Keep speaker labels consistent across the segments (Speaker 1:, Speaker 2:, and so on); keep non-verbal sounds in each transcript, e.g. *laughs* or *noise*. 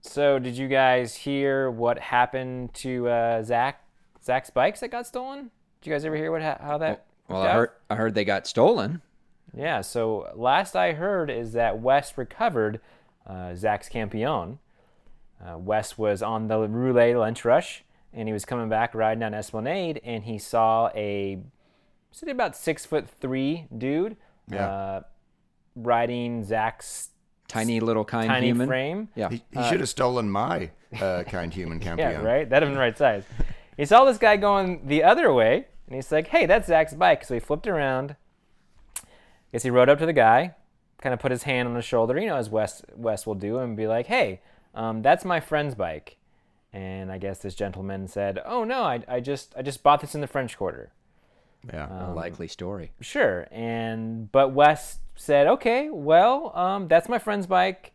Speaker 1: So, did you guys hear what happened to uh, Zach Zach's bikes that got stolen? Did you guys ever hear what ha- how that?
Speaker 2: Well,
Speaker 1: got?
Speaker 2: I heard I heard they got stolen.
Speaker 1: Yeah. So last I heard is that West recovered uh, Zach's Campione. Uh, West was on the Roulet lunch rush, and he was coming back riding down Esplanade, and he saw a, so about six foot three dude,
Speaker 3: Yeah.
Speaker 1: uh, riding Zach's
Speaker 2: Tiny little kind
Speaker 1: tiny
Speaker 2: human.
Speaker 1: frame.
Speaker 2: Yeah.
Speaker 3: He, he should have stolen my uh, kind human
Speaker 1: Uh, *laughs* Yeah,
Speaker 3: campion.
Speaker 1: right? That isn't the right size. He saw this guy going the other way, and he's like, hey, that's Zach's bike. So he flipped around. Guess he rode up to the guy, kind of put his hand on his shoulder, you know, as Wes, Wes will do, and be like, hey, um, that's my friend's bike. And I guess this gentleman said, oh, no, I, I, just, I just bought this in the French Quarter.
Speaker 3: Yeah.
Speaker 1: Uh,
Speaker 2: A likely story.
Speaker 1: Sure. And but West said, okay, well, um, that's my friend's bike.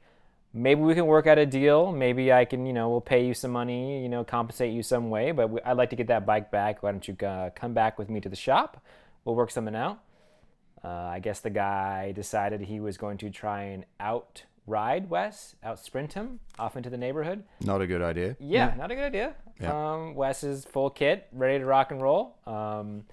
Speaker 1: Maybe we can work out a deal. Maybe I can, you know, we'll pay you some money, you know, compensate you some way. But we, I'd like to get that bike back. Why don't you uh, come back with me to the shop? We'll work something out. Uh, I guess the guy decided he was going to try and out ride Wes, out sprint him off into the neighborhood.
Speaker 3: Not a good idea.
Speaker 1: Yeah, not a good idea. Um, Wes is full kit, ready to rock and roll. Um,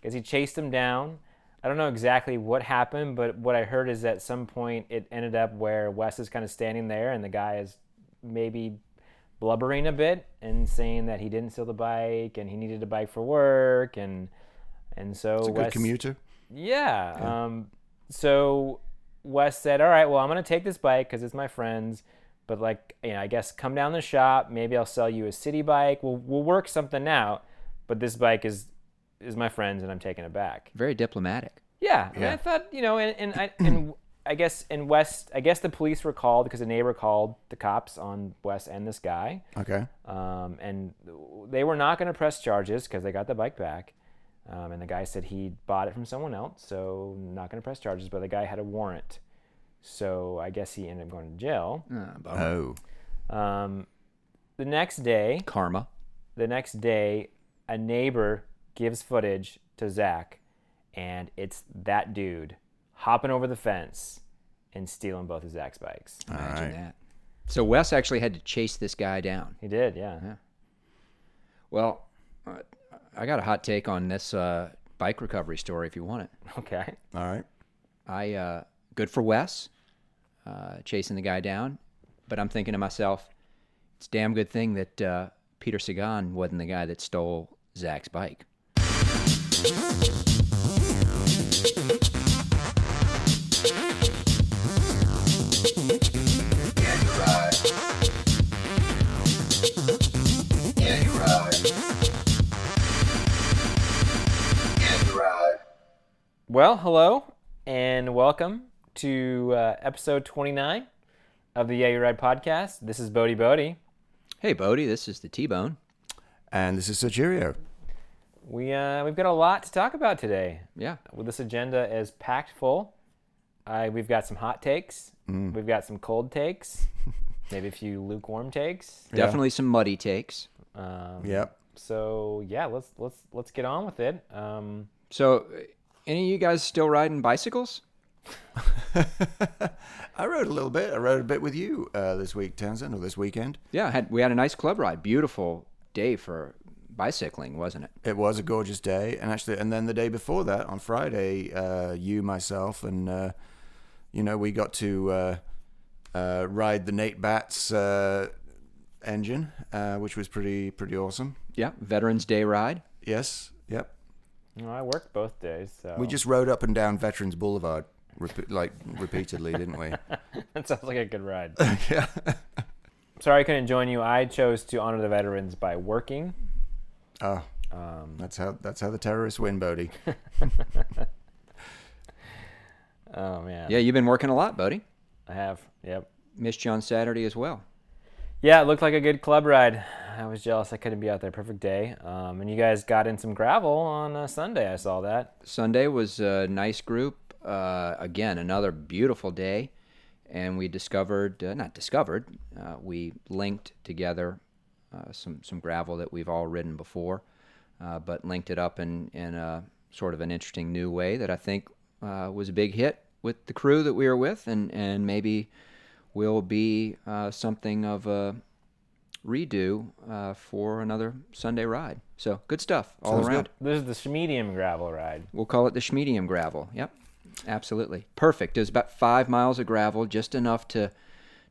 Speaker 1: because he chased him down. I don't know exactly what happened, but what I heard is at some point it ended up where Wes is kind of standing there and the guy is maybe blubbering a bit and saying that he didn't steal the bike and he needed a bike for work and and so
Speaker 3: It's a good
Speaker 1: Wes
Speaker 3: commuter.
Speaker 1: yeah. Um, so Wes said, "All right, well, I'm gonna take this bike because it's my friend's, but like, you know, I guess come down the shop. Maybe I'll sell you a city bike. We'll we'll work something out. But this bike is is my friend's, and I'm taking it back."
Speaker 2: Very diplomatic.
Speaker 1: Yeah, and
Speaker 3: Yeah.
Speaker 1: I thought you know, and and I, and I guess in West, I guess the police were called because a neighbor called the cops on Wes and this guy
Speaker 3: Okay.
Speaker 1: um, and they were not going to press charges because they got the bike back. Um, and the guy said he bought it from someone else, so not going to press charges. But the guy had a warrant, so I guess he ended up going to jail.
Speaker 2: Ah, bummer.
Speaker 3: Oh.
Speaker 1: Um, the next day,
Speaker 2: Karma.
Speaker 1: the next day, a neighbor gives footage to Zach, and it's that dude hopping over the fence and stealing both of Zach's bikes.
Speaker 2: Imagine that. So Wes actually had to chase this guy down.
Speaker 1: He did, yeah.
Speaker 2: Well, uh, I got a hot take on this uh, bike recovery story if you want it.
Speaker 1: *laughs* Okay.
Speaker 3: All right.
Speaker 2: I uh, good for Wes uh, chasing the guy down, but I'm thinking to myself, it's a damn good thing that uh, Peter Sagan wasn't the guy that stole Zach's bike.
Speaker 1: Well, hello and welcome to uh, episode 29 of the Yeah You Ride podcast. This is Bodie Bodie.
Speaker 2: Hey, Bodie, this is the T-Bone.
Speaker 3: And this is Sir Cheerio.
Speaker 1: We, uh, we've got a lot to talk about today.
Speaker 2: Yeah,
Speaker 1: Well, this agenda is packed full. I, we've got some hot takes,
Speaker 3: Mm.
Speaker 1: we've got some cold
Speaker 3: *laughs*
Speaker 1: takes, maybe a few lukewarm takes.
Speaker 2: definitely some muddy takes.
Speaker 1: Um,
Speaker 3: Yep.
Speaker 1: So yeah, let's let's let's get on with it. Um,
Speaker 2: So, uh, any of you guys still riding bicycles?
Speaker 3: I rode a little bit. I rode a bit with you uh, this week, Townsend, or this weekend.
Speaker 2: Yeah, had we had a nice club ride. Beautiful day for bicycling, wasn't it?
Speaker 3: It was a gorgeous day, and actually, and then the day before that, on Friday, uh, you, myself, and uh, you know, we got to uh, uh, ride the Nate Bats uh, engine, uh, which was pretty pretty awesome.
Speaker 2: Yeah, Veterans Day ride.
Speaker 3: Yes. Yep.
Speaker 1: you know, I worked both days, so
Speaker 3: We just rode up and down Veterans Boulevard, repe- like repeatedly,
Speaker 1: *laughs*
Speaker 3: didn't we?
Speaker 1: *laughs*
Speaker 3: *laughs*
Speaker 1: that sounds like a good ride.
Speaker 3: yeah.
Speaker 1: Sorry I couldn't join you. I chose to honor the veterans by working. Um,
Speaker 3: Oh, that's how that's how the terrorists win, Bodie.
Speaker 1: *laughs* Oh man.
Speaker 2: Yeah, you've been working a lot, Bodie.
Speaker 1: I have. Yep.
Speaker 2: Missed you on Saturday as well.
Speaker 1: Yeah, it looked like a good club ride. I was jealous I couldn't be out there. Perfect day. Um, and you guys got in some gravel on uh, Sunday. I saw that.
Speaker 2: Sunday was a nice group. Uh, again, another beautiful day. And we discovered, uh, not discovered, uh, we linked together uh, some, some gravel that we've all ridden before, uh, but linked it up in, in a sort of an interesting new way that I think uh, was a big hit with the crew that we were with, and, and maybe will be uh, something of a, redo uh, for another Sunday ride. So good stuff all
Speaker 3: Sounds
Speaker 2: around.
Speaker 3: good.
Speaker 1: This is the Schmedium gravel ride.
Speaker 2: We'll call it the Schmedium gravel. Yep, absolutely perfect. It was about five miles of gravel, just enough to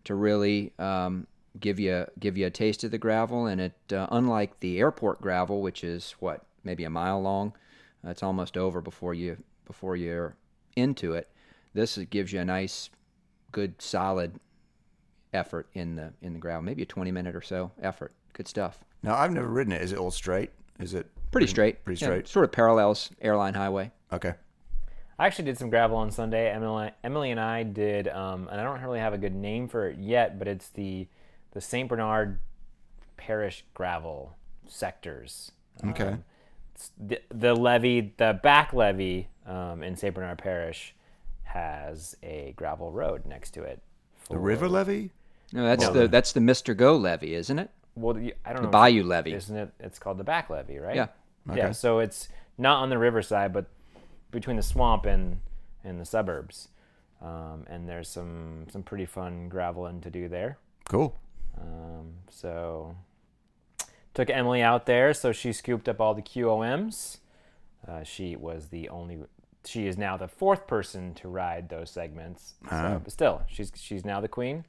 Speaker 2: to really um, give you give you a taste of the gravel. And it, uh, unlike the airport gravel, which is what maybe a mile long, uh, it's almost over before you before you're into it. This is- gives you a nice, good, solid effort in the in the gravel. Maybe a 20 minute or so effort. Good stuff.
Speaker 3: Now I've never ridden it. Is it all straight? Is it
Speaker 2: Pretty straight.
Speaker 3: pretty
Speaker 2: Yeah,
Speaker 3: straight.
Speaker 2: sort of parallels airline highway.
Speaker 3: okay?
Speaker 1: I actually did some gravel on Sunday. Emily, Emily and I did, um, and I don't really have a good name for it yet, but it's the the Saint Bernard Parish gravel sectors.
Speaker 3: Okay.
Speaker 1: Um, it's the, the levee, the back levee um, in Saint Bernard Parish, has a gravel road next to it. For,
Speaker 3: The river levee?
Speaker 2: No, that's the that's the Mr. Go levy, isn't it?
Speaker 1: Well, you- I don't know. if-
Speaker 2: Bayou levy.
Speaker 1: Isn't it? It's called the back levee, right?
Speaker 2: Yeah.
Speaker 1: Yeah. So it's not on the riverside, but between the swamp and and the suburbs. Um, and there's some some pretty fun graveling to do there.
Speaker 3: Cool.
Speaker 1: Um, so took Emily out there, so she scooped up all the QOMs. Uh, she was the only. She is now the fourth person to ride those segments. So,
Speaker 3: Oh.
Speaker 1: But still, she's she's now the queen.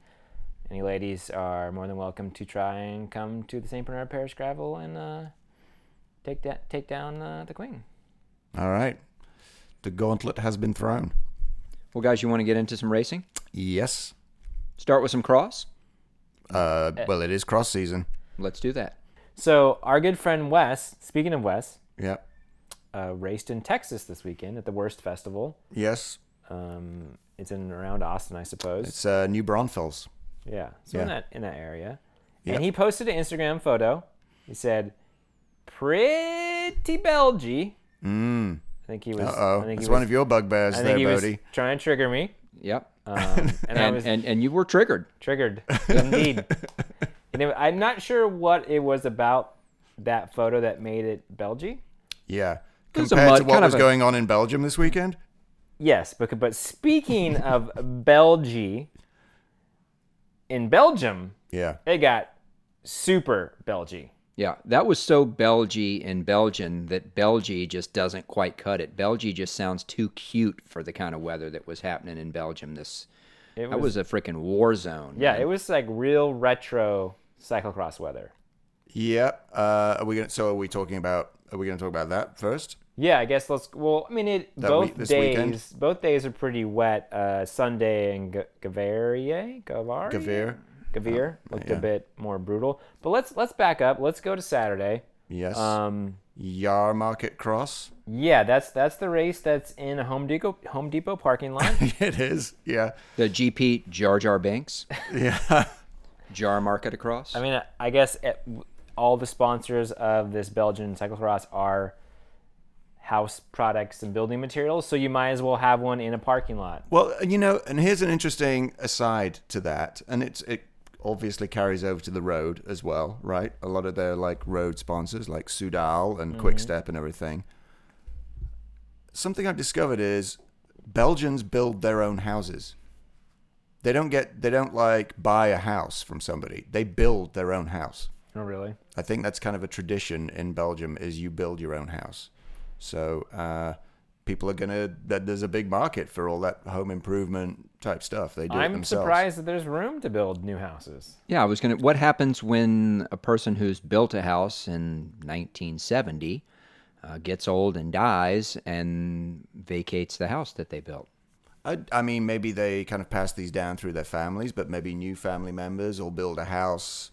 Speaker 1: And you ladies are more than welcome to try and come to the St. Bernard Parish gravel and uh, take that take down uh, the queen.
Speaker 3: All right. The gauntlet has been thrown.
Speaker 2: Well, guys, you want to get into some racing?
Speaker 3: Yes.
Speaker 2: Start with some cross.
Speaker 3: Uh,
Speaker 1: Eh.
Speaker 3: well, it is cross season.
Speaker 2: Let's do that.
Speaker 1: So our good friend Wes, speaking of Wes,
Speaker 3: Yep.
Speaker 1: uh, raced in Texas this weekend at the Worst Festival.
Speaker 3: Yes.
Speaker 1: Um, it's in and around Austin, I suppose.
Speaker 3: It's uh, New Braunfels.
Speaker 1: Yeah. So in
Speaker 3: Yeah.
Speaker 1: that in that area.
Speaker 3: Yep.
Speaker 1: And he posted an Instagram photo. He said, "Pretty Belgy."
Speaker 3: Mm.
Speaker 1: I think he was.
Speaker 3: Uh oh.
Speaker 1: I think
Speaker 3: It's
Speaker 1: he
Speaker 3: one
Speaker 1: was,
Speaker 3: of your bugbears
Speaker 1: I
Speaker 3: there,
Speaker 1: think he
Speaker 3: Bodie.
Speaker 1: was trying to trigger
Speaker 3: *laughs*
Speaker 1: me,
Speaker 2: Yep.
Speaker 1: um, and, I
Speaker 2: And,
Speaker 1: was
Speaker 2: and and you were triggered.
Speaker 1: triggered
Speaker 3: *laughs*
Speaker 1: indeed. And it- I'm not sure what it was about that photo that made it Belgy.
Speaker 3: Yeah.
Speaker 2: was a
Speaker 3: Compared
Speaker 2: mud-
Speaker 3: to what
Speaker 2: kind of
Speaker 3: was
Speaker 2: a-
Speaker 3: going on in Belgium this weekend?
Speaker 1: Yes, but but
Speaker 3: *laughs*
Speaker 1: speaking of Belgy, in Belgium
Speaker 3: Yeah.
Speaker 1: it got super Belgy.
Speaker 2: Yeah, that was so Belgy in Belgian that Belgy just doesn't quite cut it. Belgy just sounds too cute for the kind of weather that was happening in Belgium. This
Speaker 1: It
Speaker 2: that was a freaking war zone.
Speaker 1: Yeah, it was like real retro cyclocross weather.
Speaker 3: Yep. Uh, are we gonna? So are we talking about? Are we gonna talk about that first?
Speaker 1: Yeah, I guess let's. Well, I mean, it
Speaker 3: That
Speaker 1: both
Speaker 3: week- this
Speaker 1: days.
Speaker 3: weekend?
Speaker 1: Both days are pretty wet. Uh, Sunday and G- Gavarie, Gavar,
Speaker 3: Gavir.
Speaker 1: Gavir looked
Speaker 3: Oh, yeah.
Speaker 1: a bit more brutal. But let's let's back up. Let's go to Saturday.
Speaker 3: Yes.
Speaker 1: Um,
Speaker 3: Yarmarket Cross. *laughs*
Speaker 1: yeah, that's that's the race that's in a Home Depot Home Depot parking
Speaker 3: *laughs*
Speaker 1: lot.
Speaker 3: it is. Yeah.
Speaker 2: The GP Jar Jar Banks
Speaker 3: Yeah.
Speaker 2: Jar Market across.
Speaker 1: I mean, I guess it, all the sponsors of this Belgian cyclocross are house products and building materials, so you might as well have one in a parking lot.
Speaker 3: Well, you know, and here's an interesting aside to that, and it's it obviously carries over to the road as well, right? A lot of their like road sponsors, like Sudal and Quick Step and everything. Something I've discovered is Belgians build their own houses. They don't get they don't like buy a house from somebody. They build their own house.
Speaker 1: Oh, really?
Speaker 3: I think that's kind of a tradition in Belgium is you build your own house. So uh, people are gonna that there's a big market for all that home improvement type stuff. They do it
Speaker 1: I'm
Speaker 3: themselves.
Speaker 1: surprised that there's room to build new houses.
Speaker 2: Yeah, I was gonna. What happens when a person who's built a house in 1970 uh, gets old and dies and vacates the house that they built?
Speaker 3: I, I mean, maybe they kind of pass these down through their families, but maybe new family members will build a house.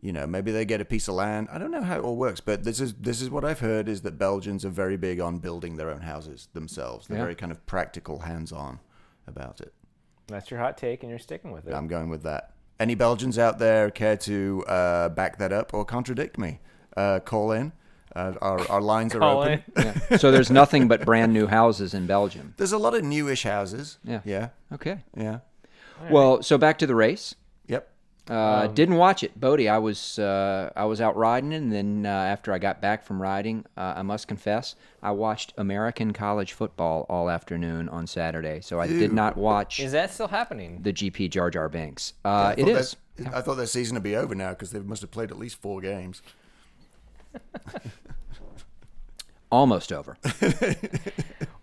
Speaker 3: You know, maybe they get a piece of land. I don't know how it all works, but this is this is what I've heard is that Belgians are very big on building their own houses themselves. They're
Speaker 2: Yeah.
Speaker 3: very kind of practical, hands-on about it.
Speaker 1: That's your hot take, and you're sticking with it.
Speaker 3: I'm going with that. Any Belgians out there care to uh, back that up or contradict me? Uh, call in. Uh, our, our lines are
Speaker 1: Call
Speaker 3: open.
Speaker 1: in.
Speaker 2: Yeah. so there's nothing but brand new houses in Belgium.
Speaker 3: *laughs* There's a lot of newish houses.
Speaker 2: Yeah.
Speaker 3: Yeah.
Speaker 2: Okay.
Speaker 3: Yeah.
Speaker 2: Well, so back to the race.
Speaker 3: Yep.
Speaker 2: Uh, didn't watch it, Bodie. I was uh, I was out riding, and then uh, after I got back from riding, uh, I must confess, I watched American college football all afternoon on Saturday. So I did not watch
Speaker 1: Is that still happening?
Speaker 2: the GP Jar Jar Banks. Uh, it
Speaker 3: Well,
Speaker 2: is.
Speaker 3: that's- I thought their season would be over now because they must have played at least four games.
Speaker 1: *laughs*
Speaker 2: Almost over.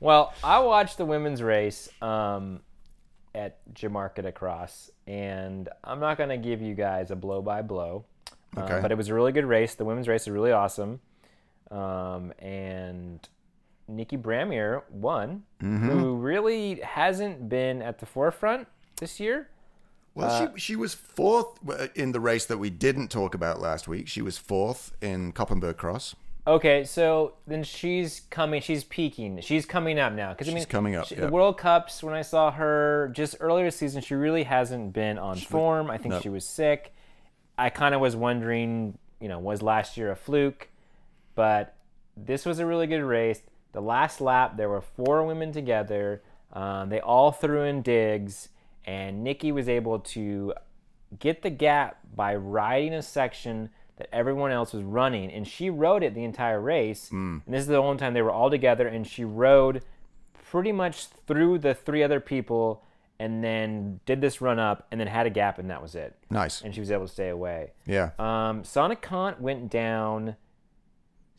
Speaker 1: Well, I watched the women's race um, at Jamarca Cross, and I'm not going to give you guys a blow by blow, um,
Speaker 3: Okay.
Speaker 1: but it was a really good race. The women's race is really awesome, um, and Nikki Bramier won, who really hasn't been at the forefront this year.
Speaker 3: Well, she she was fourth uh, in the race that we didn't talk about last week. She was fourth in Koppenberg Cross.
Speaker 1: Okay, so then she's coming. She's peaking. She's coming up now. Because I mean,
Speaker 3: coming up, yeah.
Speaker 1: The World Cups. When I saw her just earlier this season, she really hasn't been on form. I think she was sick. I kind of was wondering, you know, was last year a fluke? But this was a really good race. The last lap, there were four women together. Um, they all threw in digs, and Nikki was able to get the gap by riding a section that everyone else was running, and she rode it the entire race.
Speaker 3: Hmm.
Speaker 1: And this is the only time they were all together, and she rode pretty much through the three other people, and then did this run up, and then had a gap, and that was it.
Speaker 3: Nice.
Speaker 1: And she was able to stay away.
Speaker 3: Yeah.
Speaker 1: Um, Sonic Kant went down.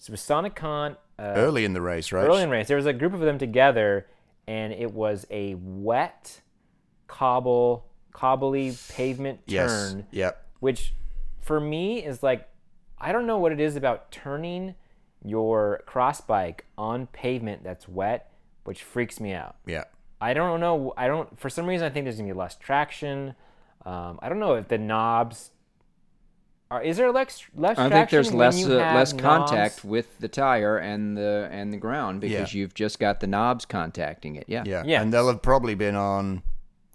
Speaker 1: So it was Sonic Kant, uh,
Speaker 3: early in the race, Oh, right?
Speaker 1: Berlin race. There was a group of them together, and it was a wet, cobble, cobbly pavement
Speaker 3: yes.
Speaker 1: turn,
Speaker 3: Yep.
Speaker 1: which for me is like, I don't know what it is about turning your cross bike on pavement that's wet, which freaks me out.
Speaker 3: Yeah.
Speaker 1: I don't know. I don't. For some reason, I think there's gonna be less traction. Um, I don't know if the knobs are. Is there less less
Speaker 2: I
Speaker 1: traction?
Speaker 2: think there's
Speaker 1: when
Speaker 2: less
Speaker 1: you
Speaker 2: uh,
Speaker 1: have
Speaker 2: less
Speaker 1: knobs?
Speaker 2: contact with the tire and the and the ground because you've just got the knobs contacting it. Yeah.
Speaker 3: Yeah.
Speaker 1: Yeah.
Speaker 3: And they'll have probably been on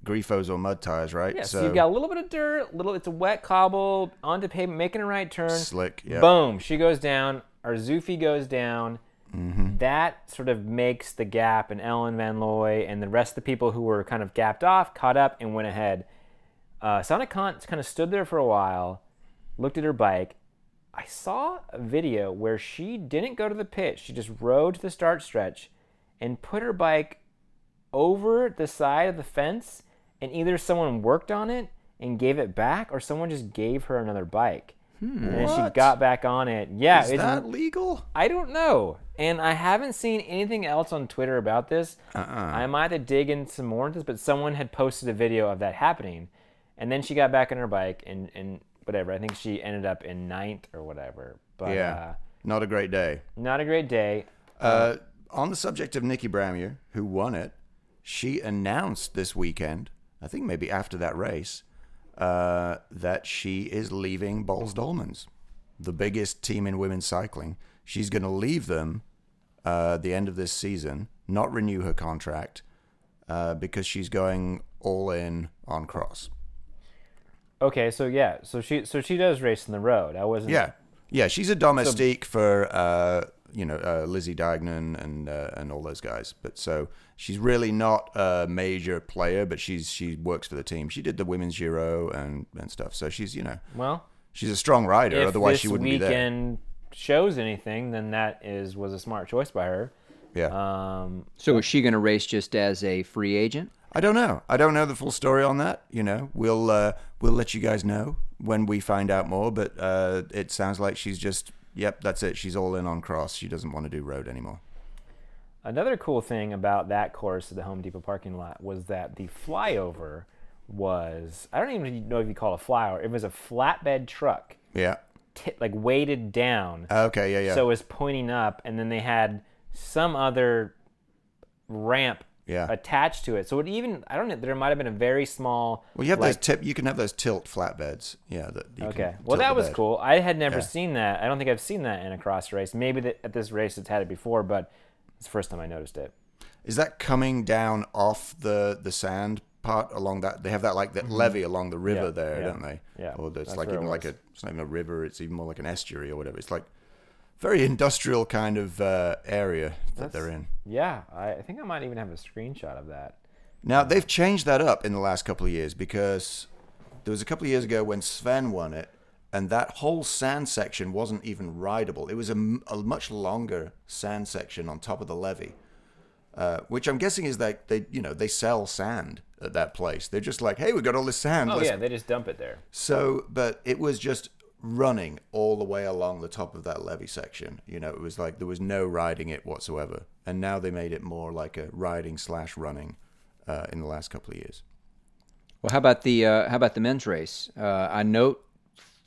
Speaker 3: grifos or mud tires, right?
Speaker 1: Yeah, so, you've got a little bit of dirt. Little. It's a wet cobble onto pavement, making a right turn.
Speaker 3: slick. Yeah.
Speaker 1: Boom. She goes down. Our Zufi goes down.
Speaker 3: Mm-hmm.
Speaker 1: That sort of makes the gap, and Ellen Van Looy and the rest of the people who were kind of gapped off caught up and went ahead. Uh, Sonic Kant kind of stood there for a while, looked at her bike. I saw a video where she didn't go to the pit. She just rode to the start stretch and put her bike over the side of the fence. And either someone worked on it and gave it back, or someone just gave her another bike. And then she
Speaker 3: What?
Speaker 1: got back on it. Yeah,
Speaker 3: Is
Speaker 1: it's-
Speaker 3: that legal?
Speaker 1: I don't know. And I haven't seen anything else on Twitter about this.
Speaker 3: Uh. Uh-uh.
Speaker 1: I might have to dig in some more into this, but someone had posted a video of that happening. And then she got back on her bike and, and whatever. I think she ended up in ninth or whatever. But
Speaker 3: Yeah.
Speaker 1: uh,
Speaker 3: Not a great day.
Speaker 1: not a great day.
Speaker 3: Uh, on the subject of Nikki Bramier, who won it, she announced this weekend, I think maybe after that race, uh, that she is leaving Bowles Dolmans, the biggest team in women's cycling. She's going to leave them uh, the end of this season, not renew her contract, uh, because she's going all in on cross.
Speaker 1: Okay, so yeah, so she so she does race on the road. I wasn't.
Speaker 3: Yeah, yeah, she's a domestique for uh, you know uh, Lizzie Diagnon and uh, and all those guys. But so she's really not a major player, but she's she works for the team. She did the women's Giro and and stuff. So she's you know
Speaker 1: Well,
Speaker 3: she's a strong rider.
Speaker 1: if
Speaker 3: Otherwise,
Speaker 1: this
Speaker 3: she wouldn't be there.
Speaker 1: weekend shows anything, then that is was a smart choice by her.
Speaker 3: Yeah,
Speaker 1: Um,
Speaker 2: So is she going to race just as a free agent?
Speaker 3: I don't know. I don't know the full story on that. You know, we'll uh, we'll let you guys know when we find out more. But uh, it sounds like she's just yep, that's it. She's all in on cross. She doesn't want to do road anymore.
Speaker 1: Another cool thing about that course at the Home Depot parking lot was that the flyover was I don't even know if you call it a flyover. It was a flatbed truck,
Speaker 3: Yeah.
Speaker 1: t- like weighted down,
Speaker 3: Okay. Yeah. Yeah.
Speaker 1: so it was pointing up, and then they had some other ramp
Speaker 3: Yeah.
Speaker 1: attached to it. So it even I don't know. There might have been a very small.
Speaker 3: Well, you have
Speaker 1: like,
Speaker 3: those tip. You can have those tilt flatbeds. Yeah. That you
Speaker 1: Okay.
Speaker 3: Can
Speaker 1: Well,
Speaker 3: tilt
Speaker 1: that
Speaker 3: the
Speaker 1: was
Speaker 3: bed.
Speaker 1: cool. I had never
Speaker 3: Yeah.
Speaker 1: seen that. I don't think I've seen that in a cross race. Maybe th- at this race it's had it before, but it's the first time I noticed it.
Speaker 3: Is that coming down off the the sand part along that? They have that like that levee along the river
Speaker 1: Mm-hmm. Yeah,
Speaker 3: there,
Speaker 1: yeah,
Speaker 3: don't they?
Speaker 1: yeah.
Speaker 3: Or it's
Speaker 1: That's
Speaker 3: like
Speaker 1: where it
Speaker 3: even like a
Speaker 1: was.
Speaker 3: it's not even a river. It's even more like an estuary or whatever. It's like very industrial kind of uh, area that they're in.
Speaker 1: Yeah, I, I think I might even have a screenshot of that.
Speaker 3: Now they've changed that up in the last couple of years because there was a couple of years ago when Sven won it, and that whole sand section wasn't even rideable. It was a, m- a much longer sand section on top of the levee, uh, which I'm guessing is like they, you know, they sell sand at that place. They're just like, hey, we got all this sand.
Speaker 1: Oh
Speaker 3: let's
Speaker 1: yeah, they just dump it there.
Speaker 3: so, but it was just running all the way along the top of that levee section. You know, it was like there was no riding it whatsoever. And now they made it more like a riding slash running uh, in the last couple of years.
Speaker 2: Well, how about the uh, how about the men's race? Uh, I note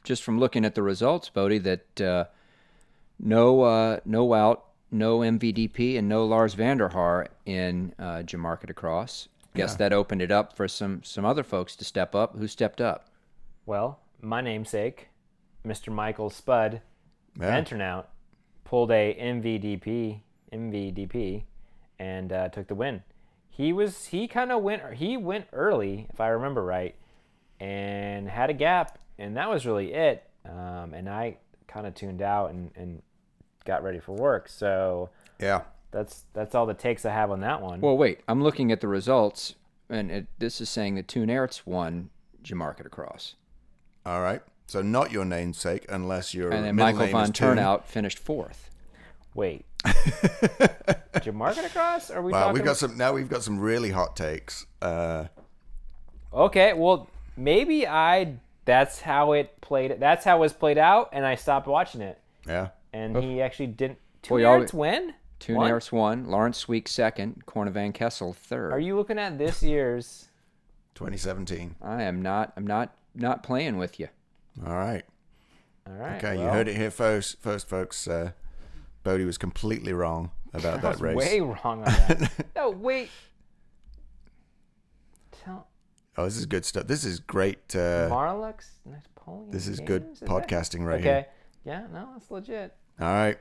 Speaker 2: just from looking at the results, Bodie, that uh, no uh, no out, no MVDP, and no Lars Vanderhaar in uh, Jamarca Across. Guess that opened it up for some some other folks to step up. Who stepped up?
Speaker 1: Well, my namesake, Mr. Michael Spud
Speaker 3: Yeah.
Speaker 1: Menternout, pulled a MVDP, MVDP, and uh, took the win. He was he kind of went he went early, if I remember right, and had a gap, and that was really it. Um, and I kind of tuned out and, and got ready for work. So
Speaker 3: Yeah.
Speaker 1: that's that's all the takes I have on that one.
Speaker 2: Well, wait. I'm looking at the results, and it, this is saying that Toon Ertz won Jamarca Across,
Speaker 3: All right. So not your namesake unless you're
Speaker 2: and then
Speaker 3: middle
Speaker 2: Michael
Speaker 3: name
Speaker 2: von
Speaker 3: is Toon.
Speaker 2: Turnout finished fourth.
Speaker 1: Wait,
Speaker 3: *laughs*
Speaker 1: Jamarca across? Are we
Speaker 3: Wow,
Speaker 1: talking?
Speaker 3: we've got some now we've got some really hot takes. Uh,
Speaker 1: Okay, well, maybe I. That's how it played. That's how it was played out, and I stopped watching it.
Speaker 3: yeah.
Speaker 1: And
Speaker 3: Oh.
Speaker 1: he actually didn't. Two
Speaker 2: Well,
Speaker 1: well,
Speaker 2: you already-
Speaker 1: win.
Speaker 2: Toon
Speaker 1: Won?
Speaker 2: Ertz won. Lawrence Sweek second. Corner Van Kessel third.
Speaker 1: Are you looking at this year's?
Speaker 3: 2017.
Speaker 2: I am not. I'm not not playing with you.
Speaker 3: All right.
Speaker 1: All right.
Speaker 3: Okay, you
Speaker 1: well,
Speaker 3: heard it here first, first folks. Uh, Bodie was completely wrong
Speaker 2: *laughs*
Speaker 3: about
Speaker 1: I
Speaker 3: that
Speaker 1: was
Speaker 3: race.
Speaker 1: way wrong on
Speaker 3: *laughs*
Speaker 1: that. no, wait. Tell
Speaker 3: Oh, this is good stuff. This is great. Uh,
Speaker 1: Marlux Napoleon.
Speaker 3: this is
Speaker 1: Games?
Speaker 3: good
Speaker 1: that-
Speaker 3: podcasting right here.
Speaker 1: Okay. Yeah. No, that's legit.
Speaker 3: All right.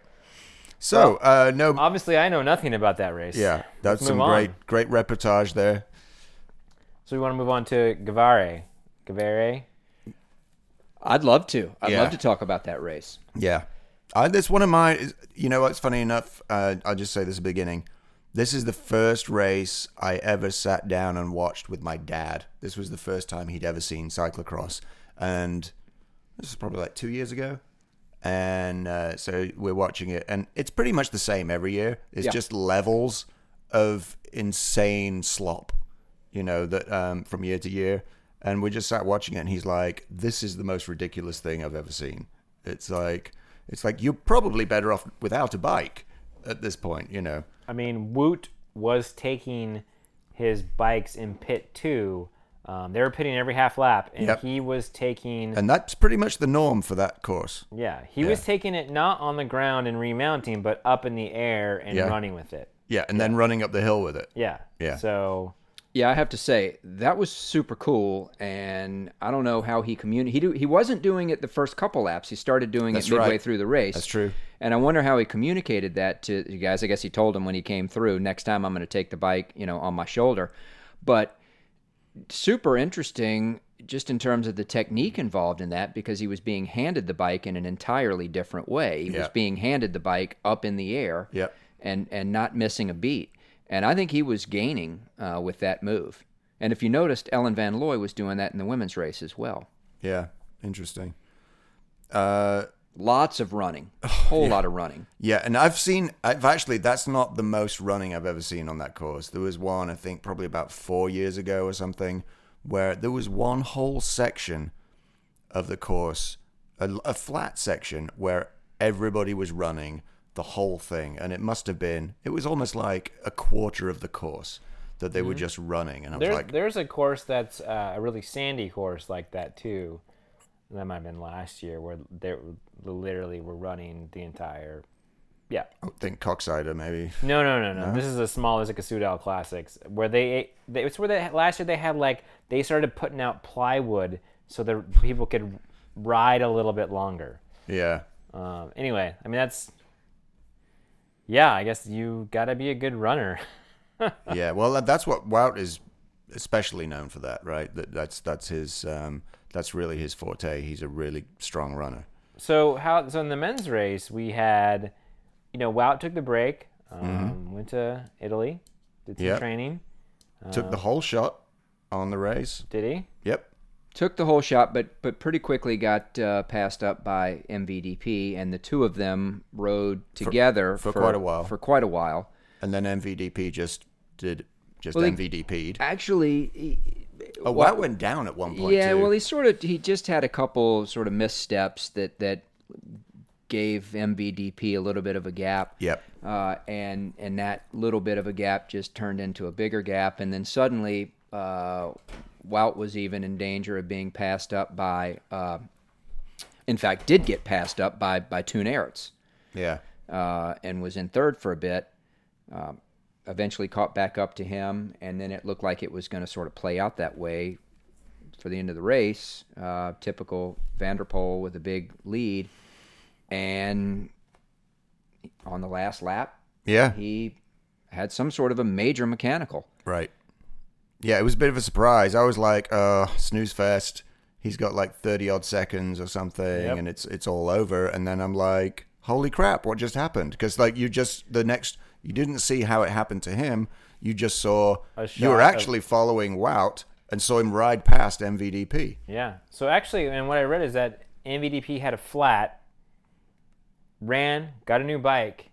Speaker 3: So, uh, no,
Speaker 1: Obviously, I know nothing about that race.
Speaker 3: yeah, that's
Speaker 1: move
Speaker 3: some
Speaker 1: on.
Speaker 3: great, great reportage there.
Speaker 1: So we want to move on to Gavare. Gavare.
Speaker 2: I'd love to. I'd
Speaker 3: Yeah.
Speaker 2: love to talk about that race.
Speaker 3: Yeah, I, this one of mine is. You know what's funny enough? Uh, I'll just say this at the beginning. This is the first race I ever sat down and watched with my dad. This was the first time he'd ever seen cyclocross, and this is probably like two years ago. And uh, so we're watching it, and it's pretty much the same every year. It's
Speaker 2: Yeah.
Speaker 3: just levels of insane slop, you know, that um, from year to year. And we just sat watching it, and he's like, "This is the most ridiculous thing I've ever seen." It's like, it's like you're probably better off without a bike at this point, you know.
Speaker 1: I mean, Woot was taking his bikes in pit two. Um, they were pitting every half lap, and
Speaker 3: Yep.
Speaker 1: he was taking.
Speaker 3: And that's pretty much the norm for that course.
Speaker 1: yeah, he was taking it not on the ground and remounting, but up in the air and
Speaker 3: Yeah.
Speaker 1: running with it.
Speaker 3: Yeah, and then running up the hill with it.
Speaker 1: Yeah.
Speaker 3: Yeah.
Speaker 1: So
Speaker 2: Yeah, I have to say that was super cool, and I don't know how he communi- he do- he wasn't doing it the first couple laps. He started doing
Speaker 3: That's
Speaker 2: it midway
Speaker 3: right.
Speaker 2: through the race.
Speaker 3: That's true.
Speaker 2: And I wonder how he communicated that to you guys. I guess he told him when he came through, next time I'm going to take the bike, you know, on my shoulder. But super interesting just in terms of the technique involved in that because he was being handed the bike in an entirely different way. He
Speaker 3: Yeah.
Speaker 2: was being handed the bike up in the air
Speaker 3: Yep.
Speaker 2: and and not missing a beat. And I think he was gaining uh, with that move. And if you noticed, Ellen Van Looy was doing that in the women's race as well.
Speaker 3: Yeah, interesting. Uh,
Speaker 2: Lots of
Speaker 3: *sighs*
Speaker 2: running, a whole lot of running.
Speaker 3: Oh, Yeah, and I've seen. I've actually. That's not the most running I've ever seen on that course. There was one, I think, probably about four years ago or something, where there was one whole section of the course, a, a flat section where everybody was running the whole thing, and it must have been. It was almost like a quarter of the course that they were just running, and I was
Speaker 1: there's
Speaker 3: like,
Speaker 1: there's a course that's uh, a really sandy course like that too. That might have been last year where they were- literally were running the entire. Yeah.
Speaker 3: "Oh, I think Coxider maybe.
Speaker 1: No, no, no, no. This is as small as like a Sudal Classics, where they, they it's where they last year they had like they started putting out plywood so that people could ride a little bit longer.
Speaker 3: Yeah,
Speaker 1: Um, anyway, I mean that's yeah. I guess you got to be a good runner. *laughs*
Speaker 3: yeah. Well, that- that's what Wout is especially known for. That right? That that's that's his. Um, that's really his forte. He's a really strong runner.
Speaker 1: So how so in the men's race we had, you know, Wout took the break, um, went to Italy, did some
Speaker 3: Yep.
Speaker 1: training.
Speaker 3: Took
Speaker 2: Ah.
Speaker 3: the whole shot on the race.
Speaker 1: Did he?
Speaker 3: Yep.
Speaker 2: Took the whole shot, but but pretty quickly got uh, passed up by MVDP, and the two of them rode together
Speaker 3: for quite a while.
Speaker 2: For quite a while.
Speaker 3: and then MVDP just did just
Speaker 2: Well, he-
Speaker 3: MVDP'd.
Speaker 2: Actually, he-
Speaker 3: oh,
Speaker 2: well-
Speaker 3: Watt went down at one point.
Speaker 2: yeah.
Speaker 3: too.
Speaker 2: Well, he sort of he just had a couple sort of missteps that that gave MVDP a little bit of a gap.
Speaker 3: Yep.
Speaker 2: Uh, and and that little bit of a gap just turned into a bigger gap, and then suddenly uh, Wout was even in danger of being passed up by. Uh, in fact, did get passed up by by Toon Ertz
Speaker 3: yeah.
Speaker 2: uh, and was in third for a bit. Um, eventually caught back up to him, and then it looked like it was going to sort of play out that way for the end of the race. Uh, typical Vanderpool with a big lead, and on the last lap,
Speaker 3: Yeah.
Speaker 2: he had some sort of a major mechanical.
Speaker 3: Right. Yeah, it was a bit of a surprise. I was like, uh, snooze fest. He's got like 30 odd seconds or something
Speaker 1: Yep.
Speaker 3: and it's it's all over and then I'm like, holy crap, what just happened? Cuz like you just the next you didn't see how it happened to him. You just saw
Speaker 1: A
Speaker 3: you
Speaker 1: shot
Speaker 3: were
Speaker 1: of-
Speaker 3: actually following Wout and saw him ride past MVDP.
Speaker 1: Yeah. So actually, and what I read is that MVDP had a flat, ran, got a new bike,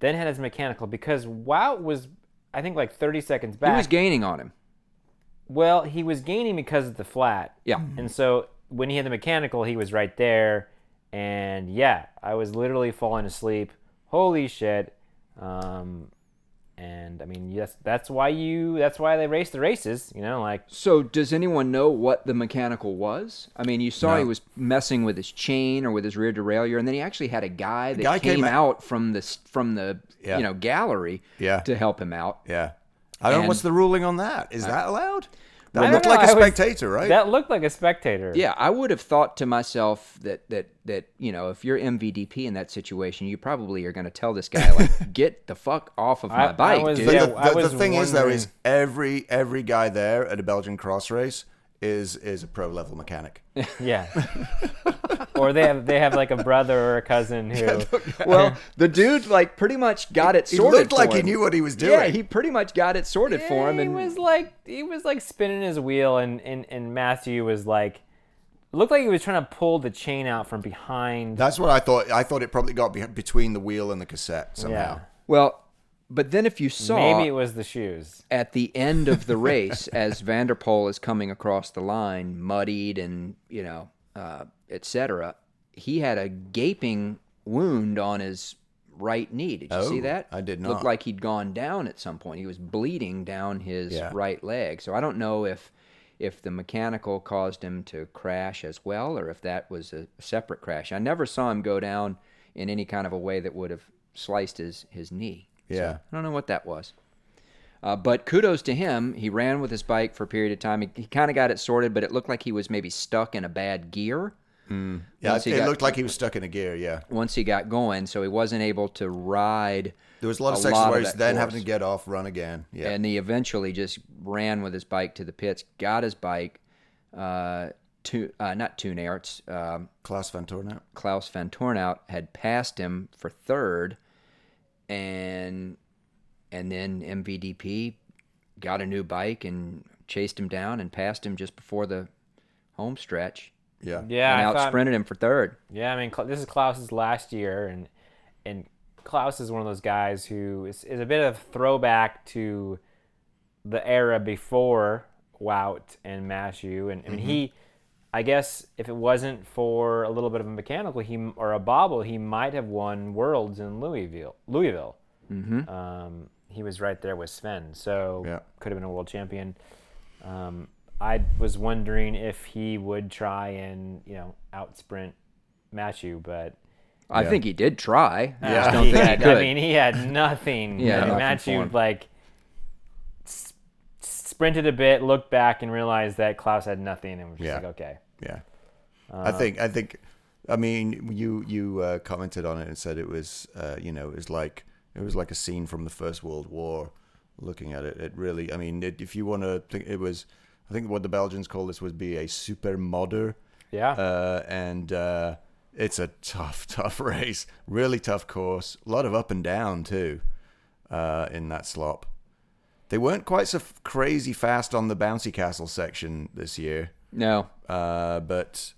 Speaker 1: then had his mechanical because Wout was, I think, like 30 seconds back.
Speaker 2: He was gaining on him.
Speaker 1: well, he was gaining because of the flat.
Speaker 2: Yeah,
Speaker 1: And so when he had the mechanical, he was right there. And yeah, I was literally falling asleep. Holy shit. Um, and I mean, yes, that's why you, that's why they race the races, you know, like,
Speaker 2: So, does anyone know what the mechanical was? I mean, you saw he was messing with his chain or with his rear derailleur, and then he actually had a guy that
Speaker 3: guy
Speaker 2: came,
Speaker 3: came
Speaker 2: out from the s- from the
Speaker 3: Yeah.
Speaker 2: you know gallery
Speaker 3: Yeah.
Speaker 2: to help him out.
Speaker 3: Yeah. I don't
Speaker 2: And-
Speaker 3: know what's the ruling on that. Is that allowed? That
Speaker 1: I don't
Speaker 3: looked
Speaker 1: know,
Speaker 3: like a
Speaker 1: I was-
Speaker 3: spectator, right?
Speaker 1: that looked like a spectator.
Speaker 2: Yeah, I would have thought to myself that that that you know if you're MVDP in that situation, you probably are going to tell this guy like, *laughs* "Get the fuck off of
Speaker 1: I-
Speaker 2: my
Speaker 1: I
Speaker 2: bike,
Speaker 1: was-
Speaker 2: dude."
Speaker 3: But
Speaker 1: yeah,
Speaker 3: the,
Speaker 1: I
Speaker 3: the- the
Speaker 1: was
Speaker 3: thing is, though,
Speaker 1: wondering-
Speaker 3: is every every guy there at a Belgian cross race is is a pro level mechanic.
Speaker 1: Yeah. or they have they have like a brother or a cousin who
Speaker 3: *laughs*
Speaker 2: Well, the dude like pretty much got it
Speaker 3: He
Speaker 2: sorted.
Speaker 3: looked like
Speaker 2: for
Speaker 3: he
Speaker 2: him.
Speaker 3: knew what he was doing.
Speaker 2: Yeah, he pretty much got it sorted for him,
Speaker 1: he
Speaker 2: and
Speaker 1: was like he was like spinning his wheel and, and, and Matthew was like looked like he was trying to pull the chain out from behind.
Speaker 3: That's what I thought. I thought it probably got be- between the wheel and the cassette somehow.
Speaker 1: yeah.
Speaker 2: well, but then if you saw
Speaker 1: Maybe it was the shoes.
Speaker 2: at the end of the race *laughs* as Vanderpool is coming across the line, muddied and you know, uh, etc. He had a gaping wound on his right knee. Did you see
Speaker 3: Oh,
Speaker 2: that?
Speaker 3: I did
Speaker 2: Looked
Speaker 3: not.
Speaker 2: like he'd gone down at some point. He was bleeding down his
Speaker 3: Yeah.
Speaker 2: right leg. So I don't know if if the mechanical caused him to crash as well, or if that was a separate crash. I never saw him go down in any kind of a way that would have sliced his his knee.
Speaker 3: Yeah.
Speaker 2: I don't know what that was. Uh, but kudos to him. He ran with his bike for a period of time. He, he kind of got it sorted, but it looked like he was maybe stuck in a bad gear
Speaker 3: Yeah,
Speaker 2: Once he
Speaker 3: it
Speaker 2: got-
Speaker 3: looked like he was stuck in a gear. Yeah,
Speaker 2: once he got going. So he wasn't able to ride.
Speaker 3: there was a lot of
Speaker 2: A
Speaker 3: sections
Speaker 2: lot
Speaker 3: where
Speaker 2: of
Speaker 3: he's
Speaker 2: that
Speaker 3: then
Speaker 2: course.
Speaker 3: having to get off, run again. Yeah,
Speaker 2: And he eventually just ran with his bike to the pits, got his bike, uh, to, uh, not Toon Ertz, um,
Speaker 3: Klaus Van Tornout.
Speaker 2: Klaus Van Tornout had passed him for third, and and then MVDP got a new bike and chased him down and passed him just before the home stretch
Speaker 3: Yeah,
Speaker 1: Yeah, I
Speaker 2: and out
Speaker 1: thought,
Speaker 2: sprinted him for third.
Speaker 1: yeah. I mean, Cla- this is Klaus's last year, and and Klaus is one of those guys who is, is a bit of a throwback to the era before Wout and Mashu, and I mean he, I guess if it wasn't for a little bit of a mechanical he m- or a bobble, he might have won worlds in Louisville. Louisville, mm-hmm. um, he was right there with Sven, so
Speaker 3: Yeah.
Speaker 1: could have been a world champion. Um, I was wondering if he would try and you know out sprint Matthew, but
Speaker 2: I think he did try. I just don't
Speaker 1: he
Speaker 2: think he
Speaker 1: had, *laughs*
Speaker 2: could.
Speaker 1: I mean, he had nothing.
Speaker 2: Yeah,
Speaker 1: I mean,
Speaker 2: nothing for
Speaker 1: Matthew
Speaker 2: him.
Speaker 1: like s- sprinted a bit, looked back, and realized that Klaus had nothing, and was just
Speaker 3: Yeah.
Speaker 1: like, okay,
Speaker 3: yeah. I think. I think. I mean, you you uh, commented on it and said it was, uh, you know, it was like it was like a scene from the First World War. Looking at it, it really. I mean, it, if you want to think, it was. I think what the Belgians call this would be a supermodder.
Speaker 1: yeah,
Speaker 3: uh, and uh, it's a tough, *laughs* tough race. Really tough course. A lot of up and down too uh, in that slop. They weren't quite so f- crazy fast on the bouncy castle section this year,
Speaker 2: no,
Speaker 3: uh, but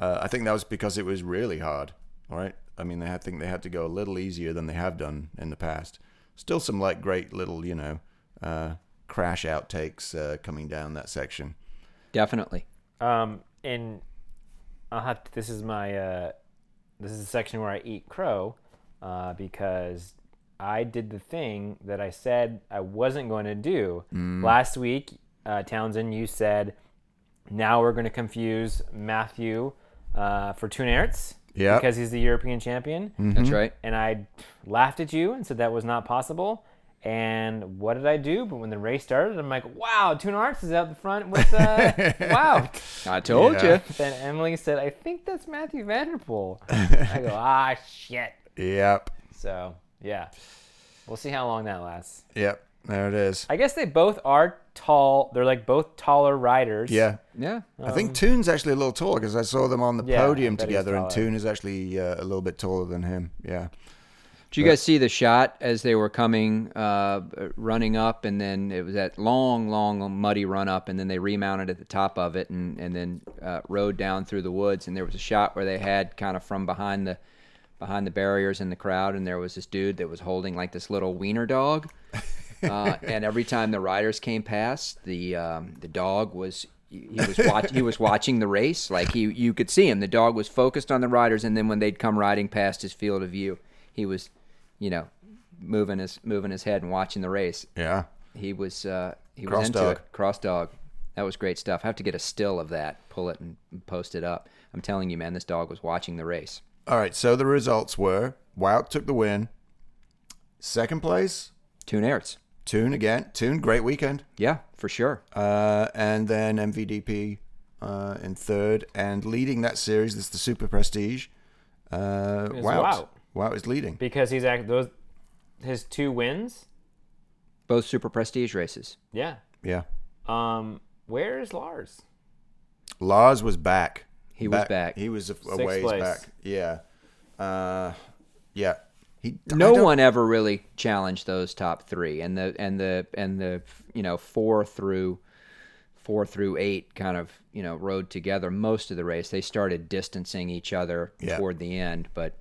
Speaker 3: uh, I think that was because it was really hard. All right, I mean, they had, I think they had to go a little easier than they have done in the past. Still some like great little you know uh, crash outtakes uh, coming down that section.
Speaker 2: Definitely.
Speaker 1: Um, and I'll have to, this is my uh, this is the section where I eat crow uh, because I did the thing that I said I wasn't going to do last week. Uh, Townsend, you said now we're going to confuse Matthew uh, for Tunertz
Speaker 3: Yep.
Speaker 1: because he's the European champion
Speaker 2: That's right.
Speaker 1: and I laughed at you and said that was not possible. And what did I do? But when the race started, I'm like, "Wow, Tune Arts is out the front with uh, wow."
Speaker 2: I told
Speaker 3: Yeah.
Speaker 1: *laughs*
Speaker 2: you.
Speaker 1: Then Emily said, "I think that's Matthew Vanderpool." I
Speaker 3: *laughs*
Speaker 1: go, "Ah, shit."
Speaker 3: Yep.
Speaker 1: So yeah, we'll see how long that lasts.
Speaker 3: Yep. There it is.
Speaker 1: I guess they both are tall. They're like both taller riders.
Speaker 3: Yeah.
Speaker 2: Yeah.
Speaker 3: I think Toon's actually a little taller because I saw them on the
Speaker 1: Um, Yeah,
Speaker 3: podium
Speaker 1: that he's
Speaker 3: together, and
Speaker 1: taller.
Speaker 3: Toon is actually uh, a little bit taller than him. Yeah.
Speaker 2: Did you guys see the shot as they were coming, uh, running up, and then it was that long, long, muddy run up, and then they remounted at the top of it, and and then uh, rode down through the woods, and there was a shot where they had kind of from behind the behind the barriers in the crowd, and there was this dude that was holding like this little wiener dog, uh, and every time the riders came past, the um, the dog was he was watch, he was watching the race. Like he you could see him. The dog was focused on the riders, and then when they'd come riding past his field of view, he was, you know, moving his moving his head and watching the race.
Speaker 3: Yeah.
Speaker 2: He was uh, he was
Speaker 3: Cross
Speaker 2: into
Speaker 3: dog.
Speaker 2: it. Cross dog. That was great stuff. I have to get a still of that, pull it and post it up. I'm telling you, man, this dog was watching the race.
Speaker 3: All right. So the results were Wout took the win. Second place,
Speaker 2: Tune Ertz.
Speaker 3: Toon again. Toon, great weekend.
Speaker 2: Yeah, for sure.
Speaker 3: Uh, and then MVDP uh, in third. And leading that series is the Super Prestige. Uh,
Speaker 1: Is
Speaker 3: Wout.
Speaker 1: Wout.
Speaker 3: Wout is leading.
Speaker 1: because he's act those his two wins.
Speaker 2: Both super prestige races.
Speaker 1: Yeah.
Speaker 3: Yeah.
Speaker 1: Um, where is Lars?
Speaker 3: Lars was back.
Speaker 2: He was back.
Speaker 3: He was a, a ways
Speaker 1: place.
Speaker 3: back. Yeah. Uh, yeah. He, I
Speaker 2: no
Speaker 3: don't-
Speaker 2: one ever really challenged those top three and the and the and the you know four through four through eight kind of you know rode together most of the race they started distancing each other
Speaker 3: Yeah.
Speaker 2: toward the end but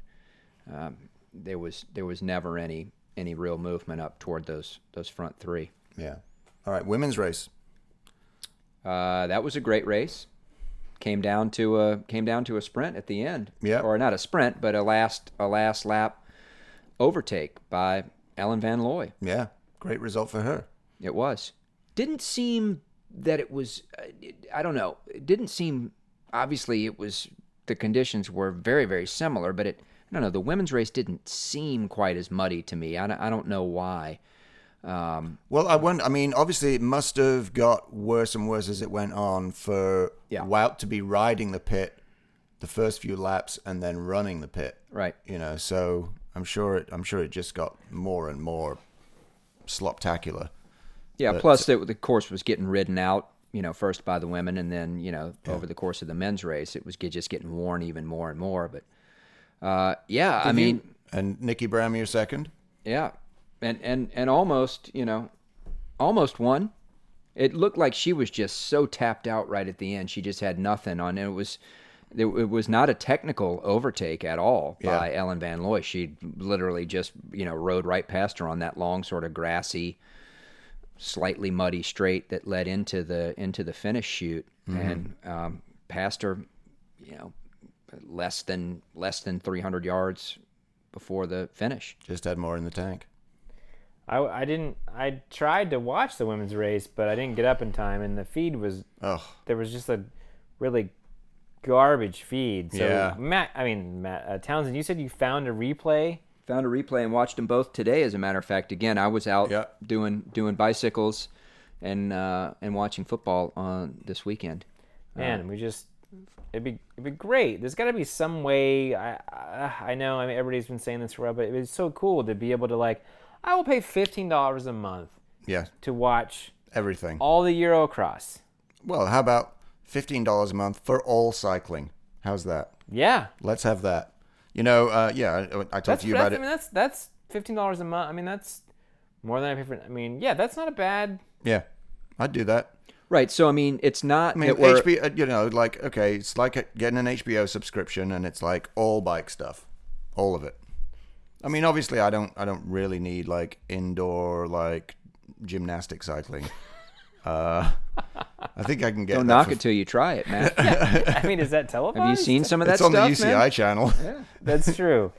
Speaker 2: um, there was there was never any any real movement up toward those those front three
Speaker 3: Yeah. All right. Women's race.
Speaker 2: uh, that was a great race came down to a came down to a sprint at the end
Speaker 3: Yeah.
Speaker 2: or not a sprint but a last a last lap overtake by Ellen Van Looy
Speaker 3: Yeah. Great result for her.
Speaker 2: It was. Didn't seem that it was. uh, it- I don't know. It didn't seem. Obviously, it was. The conditions were very, very similar, but it. I don't know. The women's race didn't seem quite as muddy to me. I don't, I don't know why.
Speaker 3: Well, I went. I mean, obviously, it must have got worse and worse as it went on for
Speaker 2: Yeah.
Speaker 3: Wout to be riding the pit the first few laps and then running the pit.
Speaker 2: Right.
Speaker 3: You know, so I'm sure it. I'm sure it just got more and more sloptacular.
Speaker 2: Yeah. plus, the, the course was getting ridden out. You know, first by the women, and then you know over the course of the men's race, it was get, just getting worn even more and more. But uh, yeah, I mean,
Speaker 3: And Nikki Bramier second.
Speaker 2: Yeah, and and and almost you know, almost won. It looked like she was just so tapped out right at the end. She just had nothing on. And it was it, it was not a technical overtake at all by Ellen Van Looy. She literally just you know rode right past her on that long sort of grassy, slightly muddy straight that led into the into the finish chute and um, passed her. You know, less than less than 300 yards before the finish.
Speaker 3: Just had more in the tank.
Speaker 1: I, I didn't. I tried to watch the women's race, but I didn't get up in time, and the feed was
Speaker 3: Ugh.
Speaker 1: there was just a really garbage feed. So
Speaker 3: Yeah.
Speaker 1: Matt, I mean Matt uh, Townsend, you said you found a replay.
Speaker 2: found a replay and watched them both today. As a matter of fact, again, I was out
Speaker 3: Yeah.
Speaker 2: doing doing bicycles and uh, and watching football on this weekend. Uh.
Speaker 1: Man, we just it'd be it'd be great. There's got to be some way. I, I I know. I mean, everybody's been saying this forever, but it was so cool to be able to like. I will pay fifteen dollars a month
Speaker 3: Yeah.
Speaker 1: to watch
Speaker 3: Everything.
Speaker 1: all the Eurocross.
Speaker 3: Well, how about fifteen dollars a month for all cycling? How's that?
Speaker 1: Yeah,
Speaker 3: Let's have that. You know, uh, yeah, I, I talked
Speaker 1: that's
Speaker 3: to you
Speaker 1: that's,
Speaker 3: about
Speaker 1: I mean,
Speaker 3: it.
Speaker 1: that's that's fifteen dollars a month. I mean, that's more than I pay for. I mean, yeah, that's not a bad.
Speaker 3: Yeah, I'd do that.
Speaker 2: Right. So I mean, it's not
Speaker 3: I mean,
Speaker 2: that we're
Speaker 3: HBO, uh, you know, like okay, it's like getting an HBO subscription, and it's like all bike stuff, all of it. I mean, obviously, I don't I don't really need like indoor like gymnastic cycling.
Speaker 2: *laughs*
Speaker 3: Uh, I think I can get
Speaker 2: Don't
Speaker 3: that
Speaker 2: knock
Speaker 3: for-
Speaker 2: it till you try it,
Speaker 3: *laughs*
Speaker 2: man.
Speaker 1: I mean, is that televised?
Speaker 2: *laughs* Have you seen some of that
Speaker 3: It's on
Speaker 2: stuff,
Speaker 3: the UCI
Speaker 2: man?
Speaker 3: channel.
Speaker 1: That's
Speaker 2: *laughs*
Speaker 1: true.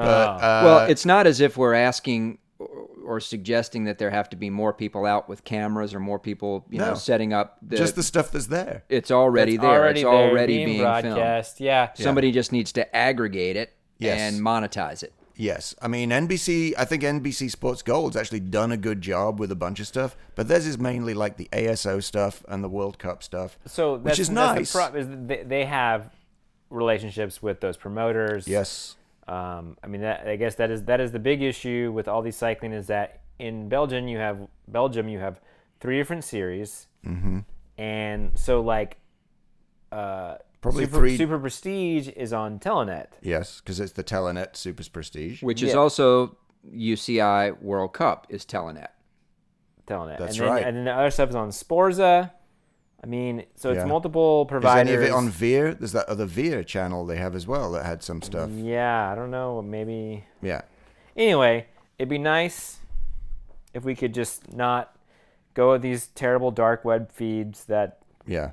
Speaker 1: Oh.
Speaker 3: uh,
Speaker 2: well, it's not as if we're asking or- or suggesting that there have to be more people out with cameras or more people, you
Speaker 3: No.
Speaker 2: know, setting up. The,
Speaker 3: *laughs* just the stuff that's there.
Speaker 2: it's already
Speaker 1: It's
Speaker 2: there.
Speaker 1: already
Speaker 2: it's
Speaker 1: there,
Speaker 2: already
Speaker 1: being,
Speaker 2: being, filmed.
Speaker 1: broadcast. Yeah.
Speaker 2: Somebody just needs to aggregate it
Speaker 3: Yes.
Speaker 2: and monetize it.
Speaker 3: Yes, I mean NBC. I think NBC Sports Gold's actually done a good job with a bunch of stuff, but theirs is mainly like the ASO stuff and the World Cup stuff.
Speaker 1: So that's,
Speaker 3: is
Speaker 1: That's
Speaker 3: nice.
Speaker 1: the pro- is they, they have relationships with those promoters.
Speaker 3: Yes,
Speaker 1: Um, I mean, that, I guess that is that is the big issue with all these cycling is that in Belgium you have Belgium you have three different series, mm-hmm. and so like uh,
Speaker 3: Probably
Speaker 1: super,
Speaker 3: three-
Speaker 1: super prestige is on Telenet.
Speaker 3: yes, because it's the Telenet Supers Prestige.
Speaker 2: which is
Speaker 1: Yeah.
Speaker 2: also UCI World Cup is Telenet.
Speaker 1: Telenet.
Speaker 3: That's
Speaker 1: and then,
Speaker 3: right.
Speaker 1: And then the other stuff is on Sporza. I mean, so it's
Speaker 3: Yeah.
Speaker 1: multiple
Speaker 3: Is
Speaker 1: providers.
Speaker 3: any of it on Veer? There's that other Veer channel they have as well that had some stuff.
Speaker 1: yeah, I don't know. Maybe
Speaker 3: Yeah,
Speaker 1: Anyway, it'd be nice if we could just not go with these terrible dark web feeds that
Speaker 3: yeah.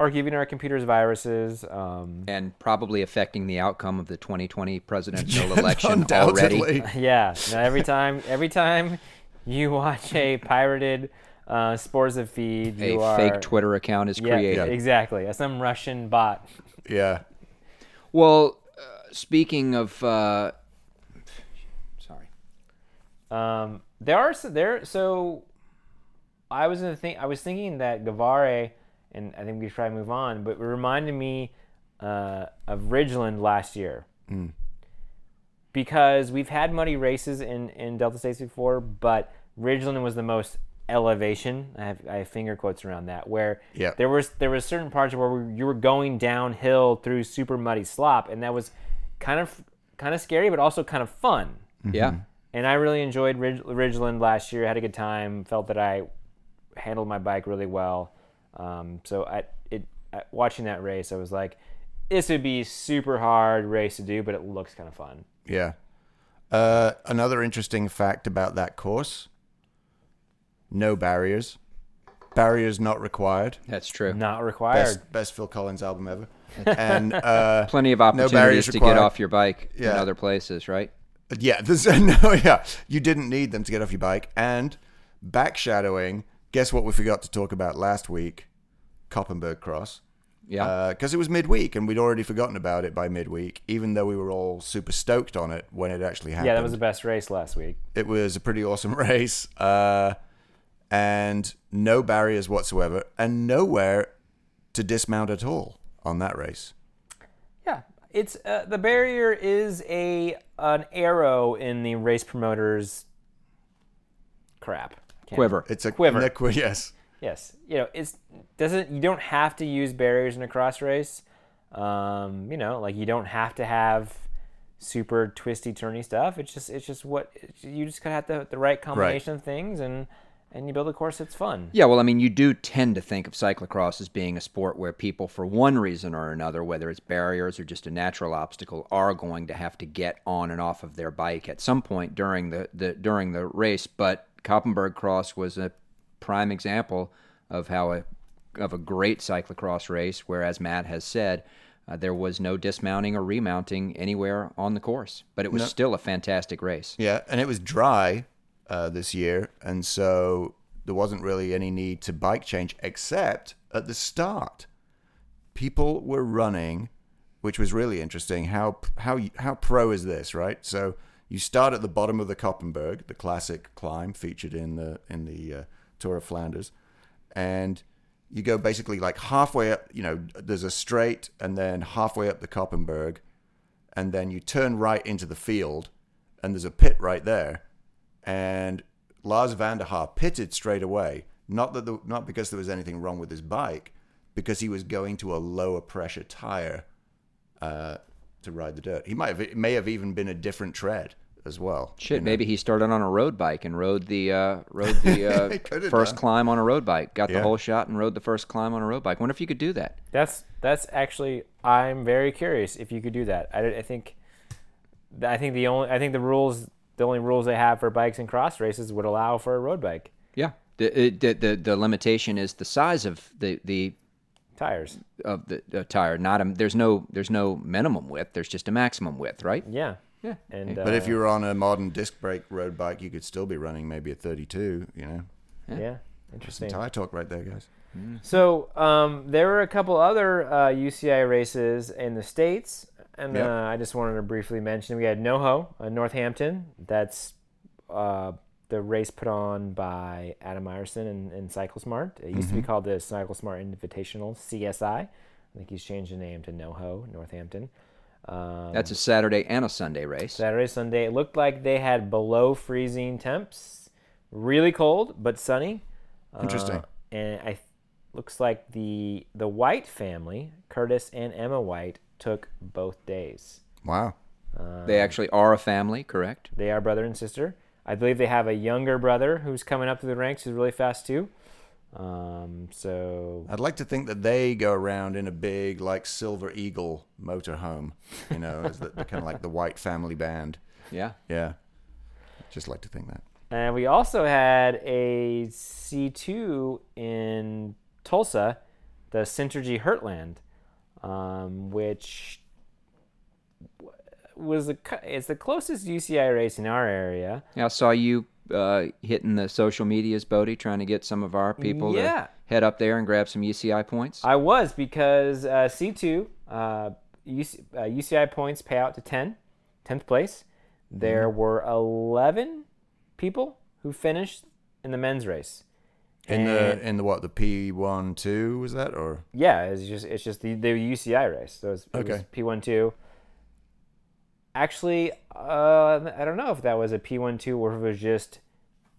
Speaker 1: are giving our computers viruses. Um,
Speaker 2: And probably affecting the outcome of the 2020 presidential
Speaker 1: *laughs*
Speaker 2: election already.
Speaker 3: Undoubtedly,
Speaker 1: yeah, now every
Speaker 2: *laughs*
Speaker 1: time, every time you watch a pirated uh, Sporza feed,
Speaker 2: A
Speaker 1: you are
Speaker 2: fake Twitter account is
Speaker 1: yeah,
Speaker 2: created.
Speaker 1: exactly, uh, some Russian bot.
Speaker 3: yeah.
Speaker 2: Well, uh, speaking of, uh, sorry,
Speaker 1: Um, there are s- there so I was gonna think I was thinking that Gavare and I think we should probably move on, but it reminded me uh, of Ridgeland last year. Because we've had muddy races in, in Delta States before, but Ridgeland was the most elevation. I have, I have finger quotes around that where
Speaker 3: Yeah.
Speaker 1: there was there was certain parts where you were going downhill through super muddy slop, and that was kind of kind of scary, but also kind of fun
Speaker 2: yeah,
Speaker 1: and I really enjoyed Ridge, Ridgeland last year. Had a good time. Felt that I handled my bike really well. Um, so I it I- watching that race, I was like, this would be a super hard race to do, but it looks kind of fun.
Speaker 3: Yeah. Uh, another interesting fact about that course no barriers. Barriers not required.
Speaker 2: that's true.
Speaker 1: Not required.
Speaker 3: Best, best Phil Collins album ever. And uh,
Speaker 2: Plenty of
Speaker 3: barriers
Speaker 2: opportunities to get
Speaker 3: required.
Speaker 2: off your bike in
Speaker 3: Yeah.
Speaker 2: other places, right?
Speaker 3: yeah, *laughs* there's no, yeah, you didn't need them to get off your bike. And back shadowing, guess what we forgot to talk about last week? Koppenberg Cross.
Speaker 2: Yeah.
Speaker 1: Uh,
Speaker 3: because it was midweek and we'd already forgotten about it by midweek, even though we were all super stoked on it when it actually happened.
Speaker 1: yeah, that was the best race last week.
Speaker 3: it was a pretty awesome *laughs* race uh, and no barriers whatsoever and nowhere to dismount at all on that race
Speaker 1: Yeah, it's uh, the barrier is a an arrow in the race promoters crap. Can't-
Speaker 2: Quiver.
Speaker 3: it's a
Speaker 1: Quiver.
Speaker 3: the qui- *laughs* yes
Speaker 1: Yes, you know it's doesn't you don't have to use barriers in a cross race. Um, you know, like you don't have to have super twisty turny stuff. It's just it's just what it's- you just gotta have the, the right combination of things and and you build a course that's fun.
Speaker 2: Yeah, well, I mean, you do tend to think of cyclocross as being a sport where people, for one reason or another, whether it's barriers or just a natural obstacle, are going to have to get on and off of their bike at some point during the, the during the race. But Koppenberg Cross was a prime example of how a of a great cyclocross race, where, as Matt has said, uh, there was no dismounting or remounting anywhere on the course, but it was still a fantastic race.
Speaker 3: yeah and it was dry uh, this year and so there wasn't really any need to bike change except at the start people were running which was really interesting how how how pro is this right so you start at the bottom of the Koppenberg, the classic climb featured in the in the uh, Tour of Flanders, and you go basically like halfway up. You know, there's a straight, and then halfway up the Koppenberg, and then you turn right into the field, and there's a pit right there, and Lars van der Haar pitted straight away. Not that the, not because there was anything wrong with his bike, because he was going to a lower pressure tire uh, to ride the dirt. He might have it may have even been a different tread as well.
Speaker 2: Shit, maybe he started on a road bike and rode the uh, rode the
Speaker 3: Coulda
Speaker 2: uh, first
Speaker 3: done.
Speaker 2: climb on a road bike. Got
Speaker 3: Yeah.
Speaker 2: the whole shot and rode the first climb on a road bike. Wonder if you could do that.
Speaker 1: That's that's actually I'm very curious if you could do that. I, I think I think the only I think the rules the only rules they have for bikes and cross races would allow for a road bike
Speaker 2: Yeah. The, it- the, the, the limitation is the size of the, the
Speaker 1: tires.
Speaker 2: of the, the tire. Not a, there's no there's no minimum width. There's just a maximum width, right?
Speaker 1: Yeah.
Speaker 2: Yeah.
Speaker 1: And
Speaker 3: But if
Speaker 1: uh,
Speaker 3: you were on a modern disc brake road bike, you could still be running maybe a 32. You know,
Speaker 1: yeah, interesting.
Speaker 3: tire talk right there, guys.
Speaker 1: So um, there were a couple other uh, UCI races in the states, and
Speaker 3: Yep.
Speaker 1: uh, I just wanted to briefly mention we had NoHo, uh, Northampton. That's uh, the race put on by Adam Meyerson and, and CycleSmart. It used to be called the CycleSmart Invitational (CSI). I think he's changed the name to NoHo Northampton. Um,
Speaker 2: That's a Saturday and a Sunday race.
Speaker 1: Saturday, Sunday. It looked like they had below freezing temps, really cold but sunny.
Speaker 3: Interesting.
Speaker 1: Uh, and I looks like the the White family, Curtis and Emma White, took both days.
Speaker 3: Wow.
Speaker 2: they actually are a family, correct?
Speaker 1: They are brother and sister. I believe they have a younger brother who's coming up through the ranks, who's really fast too. Um, so
Speaker 3: I'd like to think that they go around in a big, like Silver Eagle motorhome. You know, as the, kind of like the white family band.
Speaker 2: Yeah.
Speaker 3: Yeah. Just like to think that.
Speaker 1: And we also had a C2 in Tulsa, the Synergy Heartland, um, which w- was the ki- it's the closest UCI race in our area.
Speaker 2: Yeah, I saw you uh, hitting the social medias, Bodie, trying to get some of our people
Speaker 1: Yeah.
Speaker 2: to head up there and grab some UCI points.
Speaker 1: I was because uh, C2 uh, UC, uh, UCI points pay out to 10, 10th place. There were 11 people who finished in the men's race.
Speaker 3: In
Speaker 1: And-
Speaker 3: the in the what the P one two was that or
Speaker 1: Yeah, it's just it's just the, the UCI race. So it's it was
Speaker 3: Okay.
Speaker 1: P one two. Actually, uh, I don't know if that was a P one two or if it was just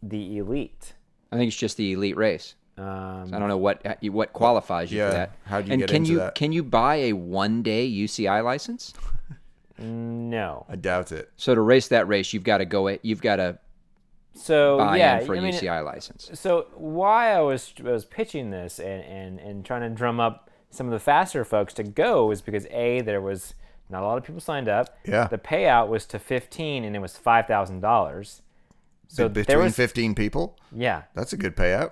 Speaker 1: the elite.
Speaker 2: I think it's just the elite race. I
Speaker 1: Um,
Speaker 2: don't know what uh, what qualifies you
Speaker 3: Yeah,
Speaker 2: for that.
Speaker 3: how do you
Speaker 2: and
Speaker 3: get
Speaker 2: can
Speaker 3: into
Speaker 2: you
Speaker 3: that?
Speaker 2: can you buy a one day UCI license?
Speaker 1: no.
Speaker 3: I doubt it.
Speaker 2: So to race that race, you've got to go. It, you've got to
Speaker 1: So
Speaker 2: buy
Speaker 1: Oh, yeah,
Speaker 2: in for a
Speaker 1: I mean,
Speaker 2: UCI license.
Speaker 1: so why I was I was pitching this and, and, and trying to drum up some of the faster folks to go is because a there was not a lot of people signed up.
Speaker 3: Yeah.
Speaker 1: The payout was to fifteen, and it was five thousand dollars. So
Speaker 3: Be-
Speaker 1: there
Speaker 3: between
Speaker 1: was
Speaker 3: fifteen people,
Speaker 1: yeah.
Speaker 3: that's a good payout.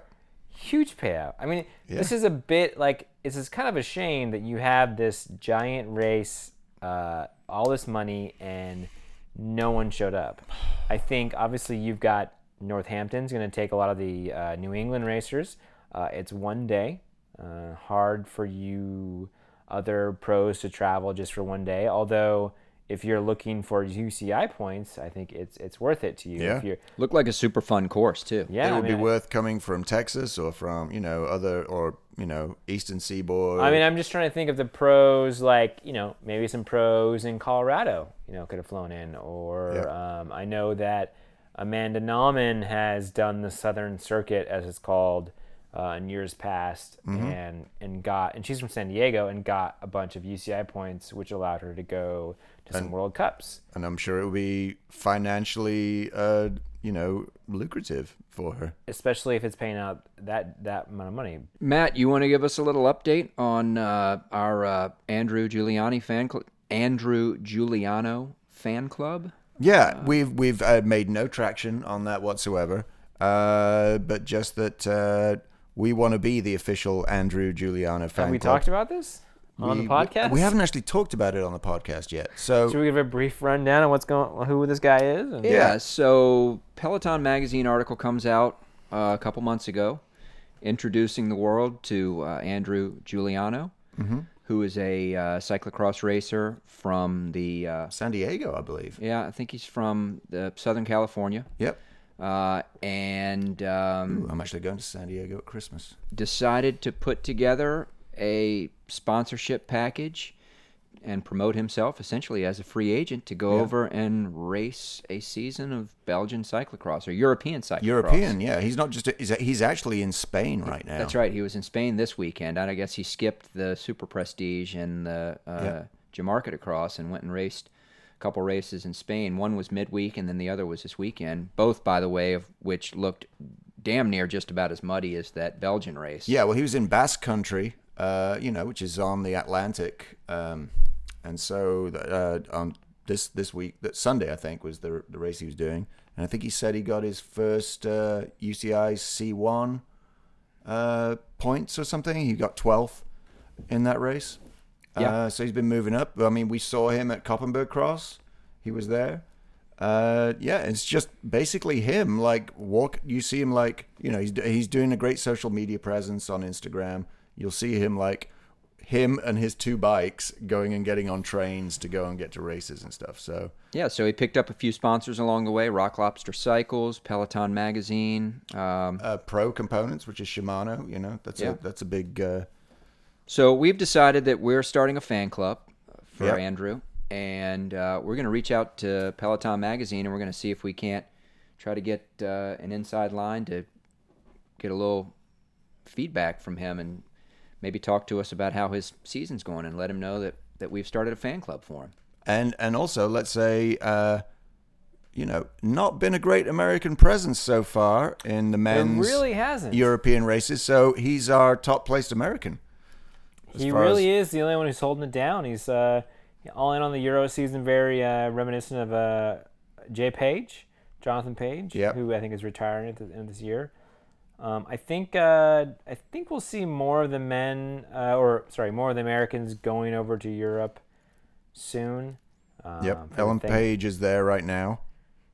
Speaker 1: huge payout. I mean, this is a bit like it's just kind of a shame that you have this giant race, uh, all this money, and no one showed up. I think obviously you've got Northampton's going to take a lot of the uh, New England racers. Uh, it's one day, uh, hard for you other pros to travel just for one day. Although if you're looking for UCI points, I think it's it's worth it to you.
Speaker 3: Yeah.
Speaker 1: If you're,
Speaker 2: Looked like a super fun course too.
Speaker 1: yeah,
Speaker 3: it
Speaker 1: I
Speaker 3: would
Speaker 1: mean,
Speaker 3: be
Speaker 1: I-
Speaker 3: worth coming from Texas or from you know other or you know Eastern Seaboard.
Speaker 1: I mean, I'm just trying to think of the pros, like you know, maybe some pros in Colorado, you know, could have flown in, or um, I know that Amanda Nauman has done the Southern Circuit, as it's called, uh, in years past,
Speaker 3: Mm-hmm.
Speaker 1: and and got, and she's from San Diego, and got a bunch of UCI points, which allowed her to go to some World Cups.
Speaker 3: and I'm sure it would be financially, uh, you know, lucrative for her.
Speaker 1: Especially if it's paying out that that amount of money.
Speaker 2: Matt, you want to give us a little update on uh, our uh, Andrew Giuliani fan club? Andrew Giuliano fan club.
Speaker 3: Yeah, we've we've uh, made no traction on that whatsoever. Uh, but just that uh, we want to be the official Andrew Giuliano fan.
Speaker 1: Have we
Speaker 3: club.
Speaker 1: talked about this on
Speaker 3: We-
Speaker 1: the podcast?
Speaker 3: We, haven't actually talked about it on the podcast yet. So
Speaker 1: Should we give a brief rundown on what's going, who this guy is? and-
Speaker 2: Yeah. So Peloton magazine article comes out uh, a couple months ago, introducing the world to uh, Andrew Giuliano, who is a uh, cyclocross racer from the. Uh,
Speaker 3: San Diego, I believe.
Speaker 2: yeah, I think he's from the Southern California,
Speaker 3: Yep.
Speaker 2: uh, and um,
Speaker 3: Ooh, I'm actually going to San Diego at Christmas.
Speaker 2: decided to put together a sponsorship package and promote himself essentially as a free agent to go over and race a season of Belgian cyclocross or European cyclocross.
Speaker 3: European, yeah. He's not just. A, he's, he's actually in Spain right now.
Speaker 2: That's right. He was in Spain this weekend, and I guess he skipped the Super Prestige and the uh, Jamarca Across and went and raced a couple races in Spain. One was midweek, and then the other was this weekend. Both, by the way, of which looked damn near just about as muddy as that Belgian race.
Speaker 3: Yeah, well, he was in Basque Country, uh, you know, which is on the Atlantic, um, and so uh, on this this week that Sunday I think was the the race he was doing, and I think he said he got his first uh, UCI C1 uh, points or something. He got 12th in that race.
Speaker 2: Yeah.
Speaker 3: Uh, so he's been moving up. I mean, we saw him at Koppenberg Cross. He was there. Uh, yeah, it's just basically him. Like walk, you see him like you know he's he's doing a great social media presence on Instagram. You'll see him like him and his two bikes going and getting on trains to go and get to races and stuff. So
Speaker 2: Yeah, so he picked up a few sponsors along the way: Rock Lobster Cycles, Peloton Magazine. Um,
Speaker 3: uh, pro components, which is Shimano, you know that's
Speaker 2: Yeah.
Speaker 3: a that's a big uh,
Speaker 2: so we've decided that we're starting a fan club for
Speaker 3: Yep.
Speaker 2: Andrew, and uh, we're going to reach out to Peloton Magazine, and we're going to see if we can't try to get uh, an inside line to get a little feedback from him, and maybe talk to us about how his season's going, and let him know that that we've started a fan club for him.
Speaker 3: and and also let's say uh, you know not been a great American presence so far in the
Speaker 1: It
Speaker 3: men's
Speaker 1: really hasn't.
Speaker 3: European races. So he's our top placed American. as
Speaker 1: he
Speaker 3: far
Speaker 1: really is the only one who's holding it down. He's uh, all in on the Euro season, very uh, reminiscent of uh, Jay Page, Jonathan Page,
Speaker 3: Yep.
Speaker 1: who I think is retiring at the end of this year. Um, I think uh, I think we'll see more of the men, uh, or sorry, more of the Americans going over to Europe soon. Um,
Speaker 3: Yep.
Speaker 1: from
Speaker 3: Ellen
Speaker 1: thing-
Speaker 3: Page is there right now.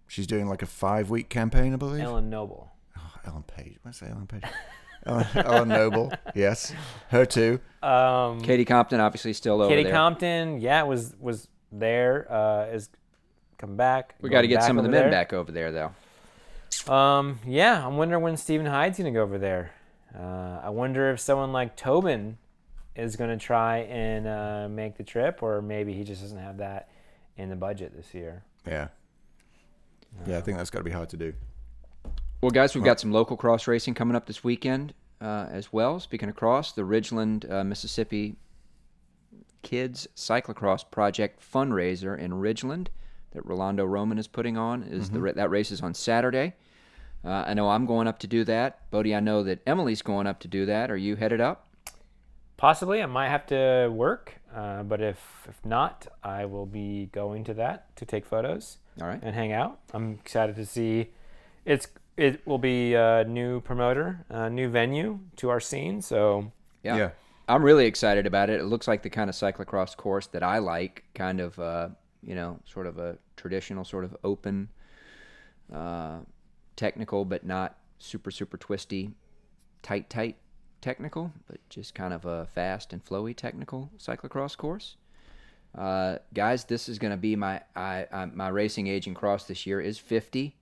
Speaker 3: She's doing like a five week campaign, I believe. Ellen,
Speaker 1: Ellen Noble.
Speaker 3: Ellen Page. What's Ellen Page? Ellen, Ellen Noble. Yes. Her too.
Speaker 1: Um,
Speaker 2: Katie Compton, obviously, still over
Speaker 1: Katie
Speaker 2: there.
Speaker 1: Compton, yeah, was was there. Uh, is come back.
Speaker 2: we got to
Speaker 1: going
Speaker 2: get
Speaker 1: back
Speaker 2: some of the
Speaker 1: over
Speaker 2: men
Speaker 1: there.
Speaker 2: back over there, though.
Speaker 1: Um, yeah, I'm wondering when Stephen Hyde's gonna go over there. Uh, I wonder if someone like Tobin is gonna try and uh, make the trip, or maybe he just doesn't have that in the budget this year.
Speaker 3: Yeah. Yeah, I think that's got to be hard to do.
Speaker 2: Well, guys, we've got some local cross racing coming up this weekend uh, as well. Speaking of cross, the Ridgeland, uh, Mississippi Kids Cyclocross Project fundraiser in Ridgeland that Rolando Roman is putting on is the ra- that race is on Saturday. Uh, I know I'm going up to do that, Bodie. I know that Emily's going up to do that. Are you headed up?
Speaker 1: Possibly, I might have to work, uh, but if if not, I will be going to that to take photos
Speaker 2: All right.
Speaker 1: and hang out. I'm excited to see. It's it will be a new promoter, a new venue to our scene, so
Speaker 2: Yeah.
Speaker 3: Yeah.
Speaker 2: I'm really excited about it. It looks like the kind of cyclocross course that I like, kind of, uh, you know, sort of a traditional, sort of open, uh, technical, but not super, super twisty, tight, tight technical, but just kind of a fast and flowy technical cyclocross course. Uh, guys, this is going to be my I, I, my racing age in cross this year is 50.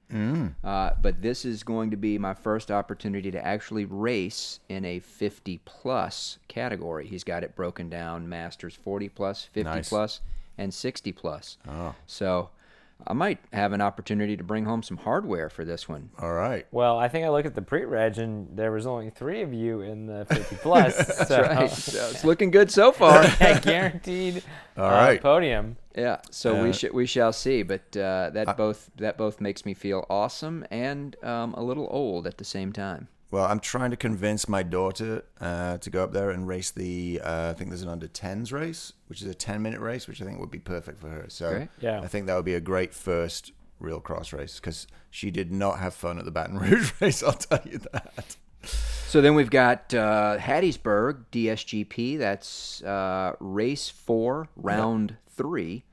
Speaker 2: Uh, but this is going to be my first opportunity to actually race in a 50 plus category. He's got it broken down: masters 40 plus, 50
Speaker 3: Nice.
Speaker 2: plus, and 60 plus. Oh. So I might have an opportunity to bring home some hardware for this one.
Speaker 3: All right.
Speaker 1: Well, I think I looked at the pre-reg and there was only three of you in the 50
Speaker 2: *laughs*
Speaker 1: plus. so *laughs*
Speaker 2: Right. So *laughs* it's looking good so far.
Speaker 1: that
Speaker 2: *laughs*
Speaker 1: guaranteed uh,
Speaker 3: right.
Speaker 1: podium.
Speaker 2: Yeah, so we should we shall see, but uh, that both that both makes me feel awesome and um, a little old at the same time.
Speaker 3: Well, I'm trying to convince my daughter uh, to go up there and race the. Uh, I think there's an under 10s race, which is a 10 minute race, which I think would be perfect for her. So
Speaker 2: Great.
Speaker 1: Yeah.
Speaker 3: I think that would be a great first real cross race because she did not have fun at the Baton *laughs* Rouge race. I'll tell you that.
Speaker 2: So then we've got uh, Hattiesburg DSGP. That's uh, race four, round 3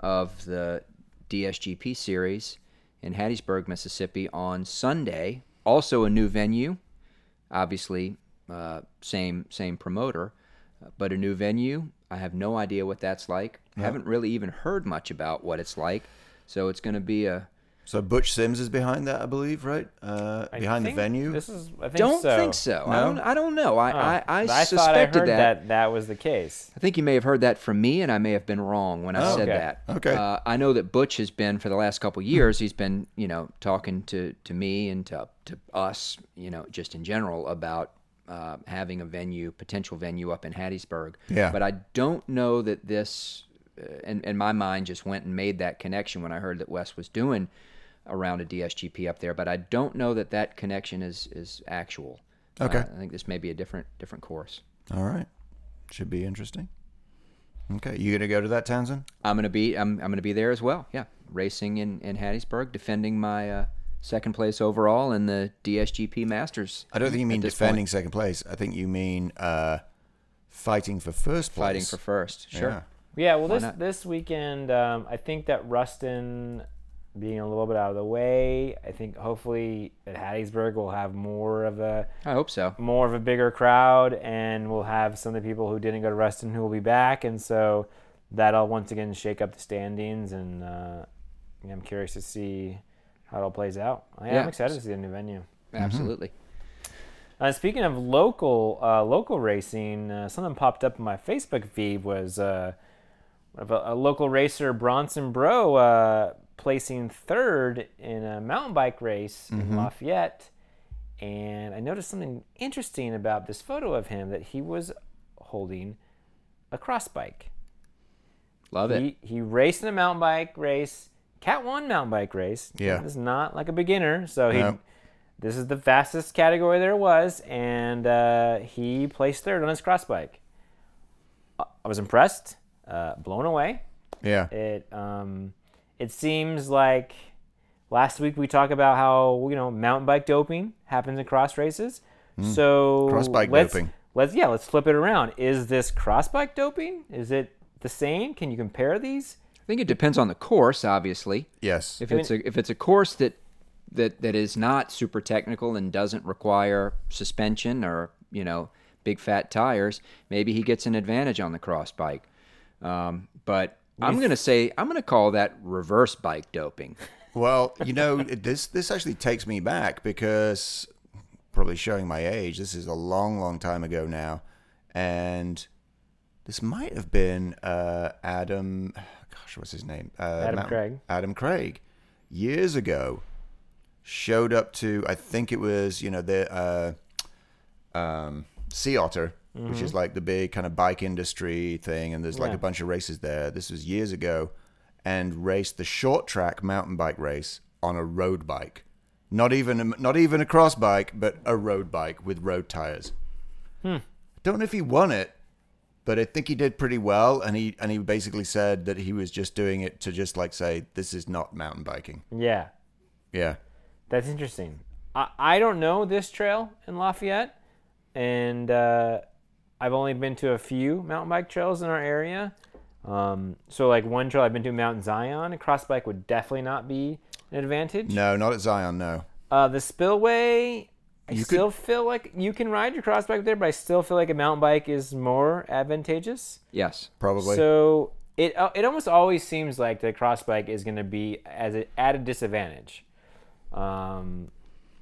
Speaker 2: of the DSGP series in Hattiesburg, Mississippi, on Sunday. Also a new venue, obviously uh, same same promoter, uh, but a new venue. I have no idea what that's like. Haven't really even heard much about what it's like. So it's going to be a
Speaker 3: So Butch Sims is behind that, I believe, right? Uh,
Speaker 1: I
Speaker 3: behind the
Speaker 1: think
Speaker 3: venue.
Speaker 1: This is. I think
Speaker 2: don't
Speaker 1: so.
Speaker 2: think so. I don't. I don't know. I
Speaker 1: Oh,
Speaker 2: I, I,
Speaker 1: but I thought I heard
Speaker 2: suspected that.
Speaker 1: that that was the case.
Speaker 2: I think you may have heard that from me, and I may have been wrong when I
Speaker 3: Oh,
Speaker 2: said
Speaker 1: okay.
Speaker 2: that.
Speaker 3: Okay.
Speaker 2: Uh, I know that Butch has been for the last couple of years. He's been, you know, talking to to me and to to us, you know, just in general about uh, having a venue, potential venue up in Hattiesburg.
Speaker 3: Yeah.
Speaker 2: But I don't know that this, uh, and and my mind just went and made that connection when I heard that Wes was doing around a DSGP up there. But I don't know that that connection is is actual.
Speaker 3: Okay.
Speaker 2: Uh, I think this may be a different different course.
Speaker 3: All right. Should be interesting. Okay, you gonna go to that, Townsend?
Speaker 2: I'm gonna be I'm, I'm gonna be there as well. Yeah, racing in in Hattiesburg, defending my uh, second place overall in the DSGP Masters.
Speaker 3: I don't think you
Speaker 2: at
Speaker 3: mean
Speaker 2: this
Speaker 3: defending
Speaker 2: point.
Speaker 3: second place. I think you mean uh, fighting for first place.
Speaker 2: fighting for first. Sure.
Speaker 3: Yeah.
Speaker 1: Yeah, well, this
Speaker 2: not?
Speaker 1: this weekend, um, I think that Ruston being a little bit out of the way, I think hopefully at Hattiesburg we'll have more of a
Speaker 2: I hope so.
Speaker 1: more of a bigger crowd, and we'll have some of the people who didn't go to Ruston who will be back, and so that'll once again shake up the standings, and uh, yeah, I'm curious to see how it all plays out. I am
Speaker 2: Yeah.
Speaker 1: excited to see the new venue.
Speaker 2: Absolutely.
Speaker 1: Uh, speaking of local uh, local racing, uh, something popped up in my Facebook feed was uh, of a, a local racer Bronson Bro uh, placing third in a mountain bike race in Lafayette, and I noticed something interesting about this photo of him that he was holding a cross bike.
Speaker 2: Love it.
Speaker 1: He, he raced in a mountain bike race, Cat 1 mountain bike race.
Speaker 3: Yeah.
Speaker 1: This is not like a beginner. So he,
Speaker 3: No.
Speaker 1: this is the fastest category there was, and uh, he placed third on his cross bike. Uh, I was impressed, uh, blown away.
Speaker 3: Yeah.
Speaker 1: It um, it seems like last week we talked about how you know mountain bike doping happens in cross races. So
Speaker 3: Hmm. Cross bike
Speaker 1: let's,
Speaker 3: doping.
Speaker 1: Let's yeah, let's flip it around. Is this cross bike doping? Is it the same? Can you compare these?
Speaker 2: I think it depends on the course, obviously.
Speaker 3: Yes.
Speaker 2: If it's a if it's a course that that that is not super technical and doesn't require suspension or you know big fat tires, maybe he gets an advantage on the cross bike. Um, but I'm gonna say I'm gonna call that reverse bike doping.
Speaker 3: Well, you know, this this actually takes me back because probably showing my age. This is a long, long time ago now, and this might have been uh, Adam. Gosh, what's his name? Uh,
Speaker 1: Adam Craig.
Speaker 3: Adam Craig, years ago, showed up to. I think it was you know the uh, um, Sea Otter, which is like the big kind of bike industry thing, and there's like a bunch of races there. This was years ago, and raced the short track mountain bike race on a road bike, not even a, not even a cross bike, but a road bike with road tires. Don't know if he won it, but I think he did pretty well, and he and he basically said that he was just doing it to just like say this is not mountain biking.
Speaker 1: Yeah,
Speaker 3: Yeah.
Speaker 1: that's interesting. I, I don't know this trail in Lafayette, and uh, I've only been to a few mountain bike trails in our area. Um, so like one trail I've been to Mount Zion, a cross bike would definitely not be an advantage.
Speaker 3: No, not at Zion. No.
Speaker 1: Uh, the spillway, I still feel like you can ride your cross bike there, but I still feel like a mountain bike is more advantageous.
Speaker 2: Yes.
Speaker 3: Probably.
Speaker 1: So it uh, it almost always seems like the cross bike is going to be as a, at a disadvantage. Um,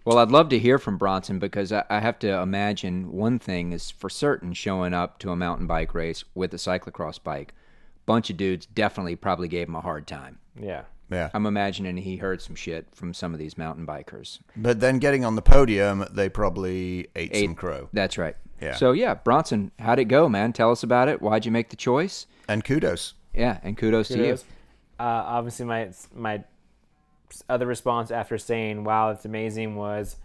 Speaker 2: Well, I'd love to hear from Bronson because I, I have to imagine one thing is for certain showing up to a mountain bike race with a cyclocross bike. Bunch of dudes definitely probably gave him a hard time.
Speaker 1: yeah.
Speaker 3: yeah.
Speaker 2: I'm imagining he heard some shit from some of these mountain bikers.
Speaker 3: But then getting on the podium, they probably ate, some crow.
Speaker 2: That's right.
Speaker 3: Yeah.
Speaker 2: So yeah, Bronson, how'd it go, man? Tell us about it. Why'd you make the choice?
Speaker 3: And kudos.
Speaker 2: Yeah, and kudos, to you.
Speaker 1: Kudos. Uh, obviously, my my other response after saying "Wow, it's amazing" was,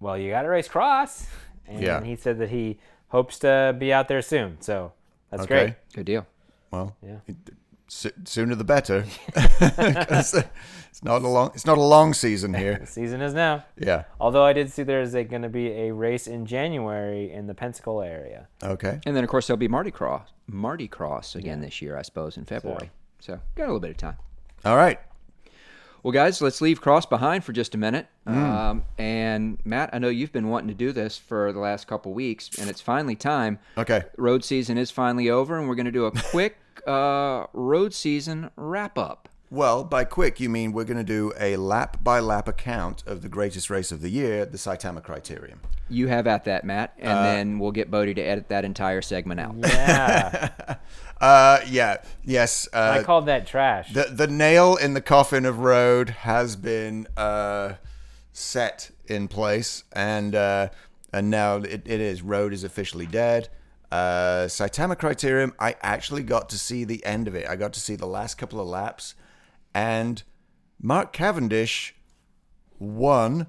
Speaker 1: "Well, you got to race cross," and
Speaker 3: Yeah.
Speaker 1: he said that he hopes to be out there soon. So that's
Speaker 3: Okay.
Speaker 1: great.
Speaker 2: Good deal.
Speaker 3: Well,
Speaker 1: Yeah.
Speaker 3: s- sooner
Speaker 1: *laughs*
Speaker 3: the better. *laughs* 'Cause it's not a long. It's not a long season here.
Speaker 1: *laughs* The season is now.
Speaker 3: Yeah.
Speaker 1: Although I did see there is going to be a race in January in the Pensacola area.
Speaker 3: Okay.
Speaker 2: And then of course there'll be Mardi Cross, Mardi Cross again this year, I suppose, in February. so got a little bit of time.
Speaker 3: All right.
Speaker 2: Well, guys, let's leave Cross behind for just a minute.
Speaker 3: Mm.
Speaker 2: Um, and Matt, I know you've been wanting to do this for the last couple weeks, and it's finally time.
Speaker 3: Okay.
Speaker 2: Road season is finally over, and we're going to
Speaker 3: *laughs*
Speaker 2: do a quick uh, road season wrap up.
Speaker 3: Well, by quick you mean we're going to do a lap by lap account of the greatest race of the year, the Saitama Criterium.
Speaker 2: You have at that, Matt, and
Speaker 3: Uh,
Speaker 2: then we'll get Bodie to edit that entire segment out.
Speaker 1: Yeah,
Speaker 3: Uh, yeah. Yes. Uh,
Speaker 1: I called that trash.
Speaker 3: The the nail in the coffin of road has been uh, set in place, and uh, and now it, it is road is officially dead. Uh, Saitama Criterium. I actually got to see the end of it. I got to see the last couple of laps, and Mark Cavendish won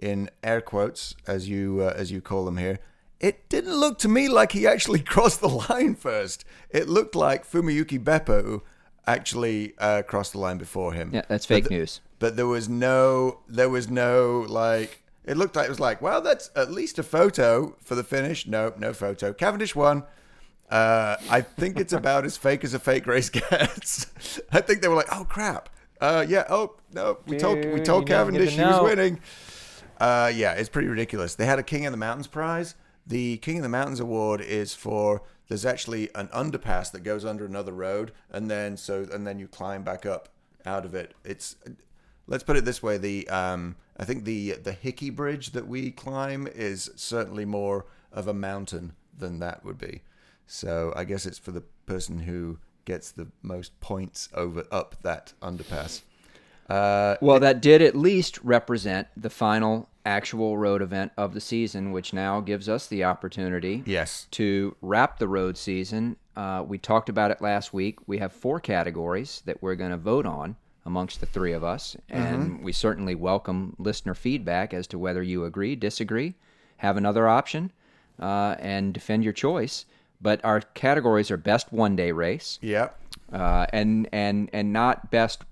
Speaker 3: in air quotes as you uh, as you call them here It didn't look to me like he actually *laughs* crossed the line first. It looked like Fumiyuki Beppo actually uh, crossed the line before him.
Speaker 2: Yeah, that's
Speaker 3: But
Speaker 2: fake
Speaker 3: the-
Speaker 2: news.
Speaker 3: But there was no, there was no like. It looked like it was like, well, that's at least a photo for the finish. No, no photo. Cavendish won. Uh, I think it's about as fake as a fake race *laughs* gets. I think they were like, oh crap. Uh, yeah. Oh no, we told we
Speaker 1: Dude,
Speaker 3: told
Speaker 1: you don't even
Speaker 3: Cavendish he was
Speaker 1: know.
Speaker 3: winning. Uh, yeah, it's pretty ridiculous. They had a King of the Mountains prize. The King of the Mountains award is for there's actually an underpass that goes under another road, and then so and then you climb back up out of it. It's let's put it this way: the um, I think the the Hickey Bridge that we climb is certainly more of a mountain than that would be. So I guess it's for the person who gets the most points over up that underpass. Uh,
Speaker 2: Well, that did at least represent the final actual road event of the season, which now gives us the opportunity
Speaker 3: yes.
Speaker 2: to wrap the road season. Uh, we talked about it last week. We have four categories that we're going to vote on amongst the three of us, and we certainly welcome listener feedback as to whether you agree, disagree, have another option, uh, and defend your choice. But our categories are best one day race,
Speaker 3: Yep.
Speaker 2: uh, and and and not best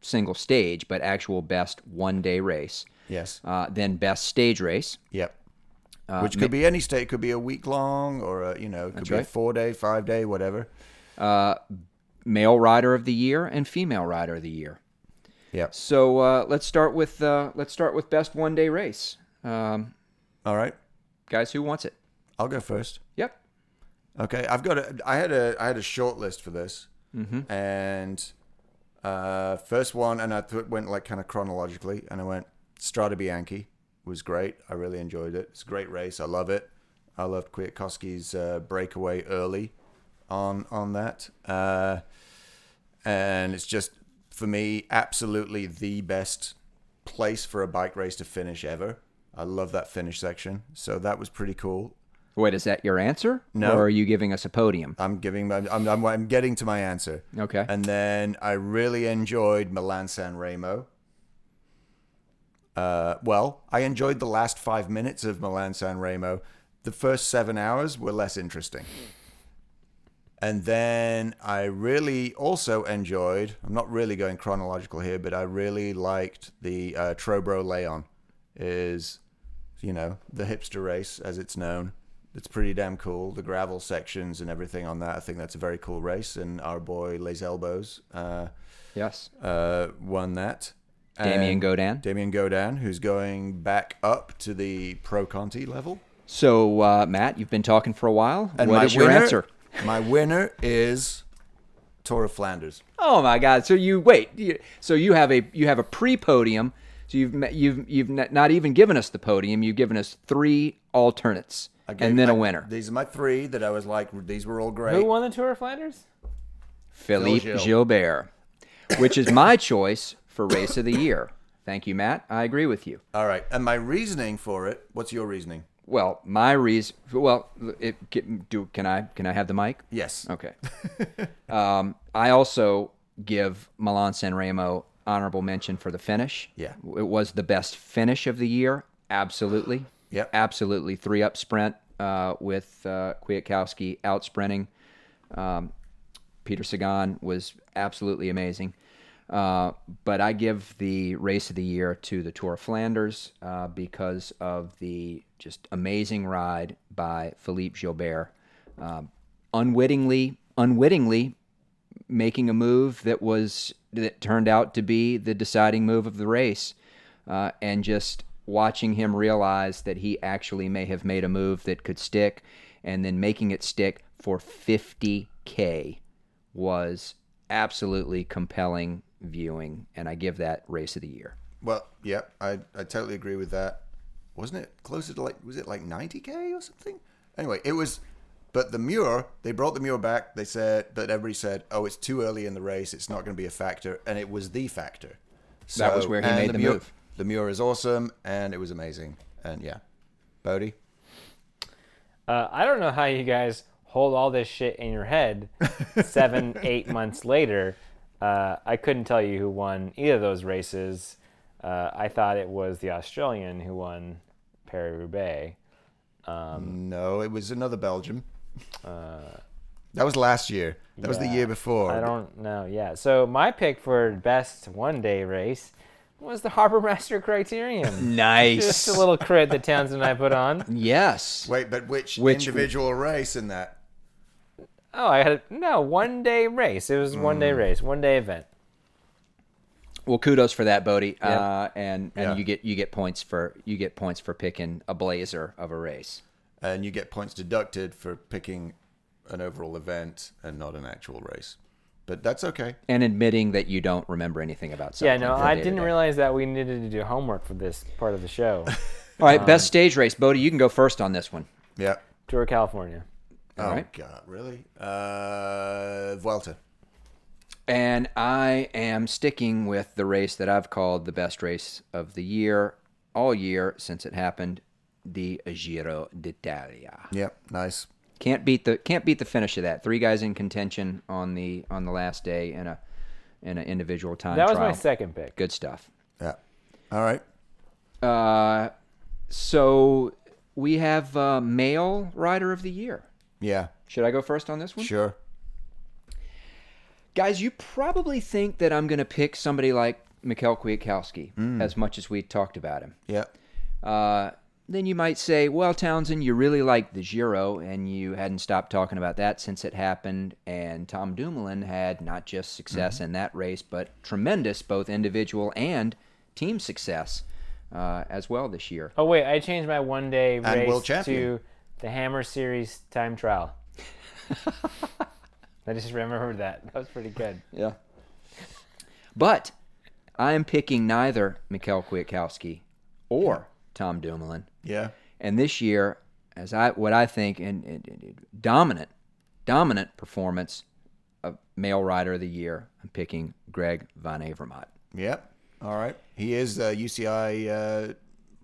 Speaker 2: single stage, but actual best one day race.
Speaker 3: Yes.
Speaker 2: Uh, then best stage race,
Speaker 3: Yep. Which could be any state, could be a week long, or a, you know, it could be a
Speaker 2: right.
Speaker 3: four day, five day, whatever.
Speaker 2: male rider of the year, and female rider of the year.
Speaker 3: Yep.
Speaker 2: So uh, let's start with uh, let's start with best one day race. Um,
Speaker 3: All right,
Speaker 2: guys, who wants it?
Speaker 3: I'll go first.
Speaker 2: Yep.
Speaker 3: Okay, I've got a. I had a. I had a short list for this, mm-hmm. and uh, first one, and I th- went like kind of chronologically, and I went Strada Bianchi was great. I really enjoyed it. It's a great race. I love it. I loved Kwiatkowski's uh, breakaway early on on that, uh, and it's just for me absolutely the best place for a bike race to finish ever. I love that finish section, so that was pretty cool.
Speaker 2: Wait, is that your answer?
Speaker 3: No.
Speaker 2: Or are you giving us a podium?
Speaker 3: I'm giving my, I'm, I'm, I'm getting to my answer.
Speaker 2: Okay.
Speaker 3: And then I really enjoyed Milan San Remo. Uh, well, I enjoyed the last five minutes of Milan San Remo. The first seven hours were less interesting. And then I really also enjoyed, I'm not really going chronological here, but I really liked the uh, Trobro Leon is, you know, the hipster race as it's known. It's pretty damn cool. The gravel sections and everything on that. I think that's a very cool race. And our boy Les Elbows uh,
Speaker 2: yes.
Speaker 3: uh, won that.
Speaker 2: Damien
Speaker 3: And
Speaker 2: Godin.
Speaker 3: Damien Godin, who's going back up to the Pro Conti level.
Speaker 2: So uh, Matt, you've been talking for a while. What is
Speaker 3: And my
Speaker 2: your
Speaker 3: winner-
Speaker 2: answer?
Speaker 3: My winner is Tour of Flanders.
Speaker 2: Oh my God! So you wait. You, so you have a you have a pre podium. So you've me- you've you've n- not even given us the podium. You've given us three alternates
Speaker 3: I gave-
Speaker 2: and then a
Speaker 3: I-
Speaker 2: winner.
Speaker 3: These are my three that I was like, these were all great.
Speaker 1: Who won the Tour of Flanders?
Speaker 2: Philippe
Speaker 3: Phil Gil-
Speaker 2: Gilbert, which is my choice for race of the year. Thank you, Matt. I agree with you.
Speaker 3: All right. And my reasoning for it, what's your reasoning?
Speaker 2: Well, my reason. Well, it, get, do can I can I have the mic?
Speaker 3: Yes. *laughs*
Speaker 2: Okay. um, I also give Milan San Remo honorable mention for the finish.
Speaker 3: Yeah.
Speaker 2: It was the best finish of the year. Absolutely.
Speaker 3: Yep.
Speaker 2: Absolutely. Three up sprint uh, with uh, Kwiatkowski out sprinting. Um, Peter Sagan was absolutely amazing. Uh, but I give the race of the year to the Tour of Flanders uh, because of the just amazing ride by Philippe Gilbert. Um, unwittingly, unwittingly making a move that was that turned out to be the deciding move of the race, uh, and just watching him realize that he actually may have made a move that could stick, and then making it stick for 50k was absolutely compelling viewing, and I give that race of the year.
Speaker 3: Well, yeah, I, I totally agree with that. Wasn't it closer to like was it like ninety k or something? Anyway, it was. But the Muir, they brought the Muir back. They said, but everybody said, oh, it's too early in the race. It's not going to be a factor, and it was the factor. So,
Speaker 2: That was where he
Speaker 3: and
Speaker 2: made the
Speaker 3: Muir,
Speaker 2: move.
Speaker 3: The Muir is awesome, and it was amazing, and yeah, Bodie.
Speaker 1: Uh, I don't know how you guys hold all this shit in your head seven, eight months later. Uh, I couldn't tell you who won either of those races. Uh, I thought it was the Australian who won Paris Roubaix. Um,
Speaker 3: No, it was another Belgium.
Speaker 2: Uh,
Speaker 3: that was last year. That was the
Speaker 1: yeah,
Speaker 3: year before.
Speaker 1: I don't know. Yeah. So my pick for best one day race was the Harbor Master
Speaker 2: *laughs*
Speaker 1: Criterion. Just
Speaker 2: Nice.
Speaker 1: a little crit that Townsend and I put on.
Speaker 2: Yes.
Speaker 3: Wait, but which,
Speaker 2: Which-
Speaker 3: individual race in that?
Speaker 1: Oh, I had no one day race. It was a one day race, one day event.
Speaker 2: Well, kudos for that, Bodie.
Speaker 1: Yeah.
Speaker 2: Uh, and and
Speaker 3: Yeah.
Speaker 2: you get you get points for you get points for picking a blazer of a race.
Speaker 3: And you get points deducted for picking an overall event and not an actual race. But that's okay.
Speaker 2: And admitting that you don't remember anything about
Speaker 1: Yeah,
Speaker 2: something.
Speaker 1: no,
Speaker 2: from
Speaker 1: I
Speaker 2: day to
Speaker 1: didn't
Speaker 2: day.
Speaker 1: realize that we needed to do homework for this part of the show.
Speaker 2: All right, best stage race, Bodie. You can go first on this one.
Speaker 3: Yeah.
Speaker 1: Tour of California.
Speaker 3: oh
Speaker 2: right.
Speaker 3: God, really? Uh, Vuelta.
Speaker 2: And I am sticking with the race that I've called the best race of the year, all year since it happened, the Giro d'Italia.
Speaker 3: Yep, nice.
Speaker 2: Can't beat the can't beat the finish of that. Three guys in contention on the on the last day in a in an individual time.
Speaker 1: That was
Speaker 2: trial.
Speaker 1: my second pick.
Speaker 2: Good stuff.
Speaker 3: Yeah. All right.
Speaker 2: Uh, so we have uh, male rider of the year.
Speaker 3: Yeah.
Speaker 2: Should I go first on this one?
Speaker 3: Sure.
Speaker 2: Guys, you probably think that I'm going to pick somebody like Mikhail Kwiatkowski as much as we talked about him.
Speaker 3: Yeah.
Speaker 2: Uh, then you might say, well, Townsend, you really like the Giro, and you hadn't stopped talking about that since it happened. And Tom Dumoulin had not just success in that race, but tremendous both individual and team success uh, as well this year.
Speaker 1: Oh wait, I changed my one day race
Speaker 3: world champion.
Speaker 1: to the Hammer Series time
Speaker 3: *laughs*
Speaker 1: trial. I just remembered that. That was pretty good.
Speaker 2: Yeah. But I am picking neither Mikhail Kwiatkowski or Tom Dumoulin.
Speaker 3: Yeah.
Speaker 2: And this year, as I what I think and, and- and- and dominant, dominant performance of male rider of the year, I'm picking Greg Van Avermaet.
Speaker 3: Yep. All right. He is uh, UCI uh,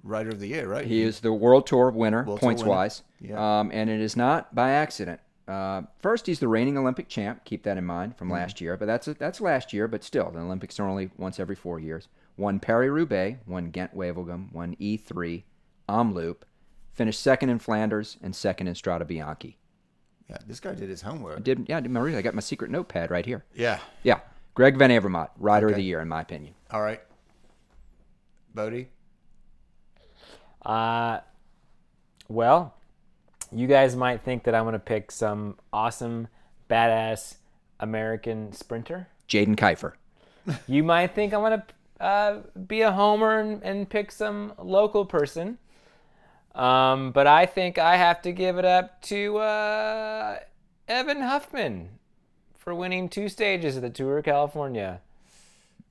Speaker 3: Rider of the Year, right?
Speaker 2: He is the World Tour winner,
Speaker 3: World Tour
Speaker 2: points
Speaker 3: winner.
Speaker 2: wise.
Speaker 3: Yeah.
Speaker 2: Um, and it is not by accident. Uh, first, he's the reigning Olympic champ. Keep that in mind
Speaker 3: Mm-hmm.
Speaker 2: from last year. But that's that's last year. But still, the Olympics are only once every four years. Won Paris Roubaix, won Ghent Wevelgem, won E E3, Omloop, finished second in Flanders and second in Strada Bianchi.
Speaker 3: yeah. This guy did his homework.
Speaker 2: Did yeah, I did my research. I got my secret notepad right here.
Speaker 3: Yeah.
Speaker 2: Yeah, Greg Van Avermaet, rider of the year in my opinion.
Speaker 3: All right. Bodie.
Speaker 1: Uh, well, you guys might think that I'm going to pick some awesome, badass American sprinter.
Speaker 2: Jaden Kiefer.
Speaker 1: You might think I'm going to uh, be a homer and, and pick some local person. Um, but I think I have to give it up to uh, Evan Huffman for winning two stages of the Tour of California.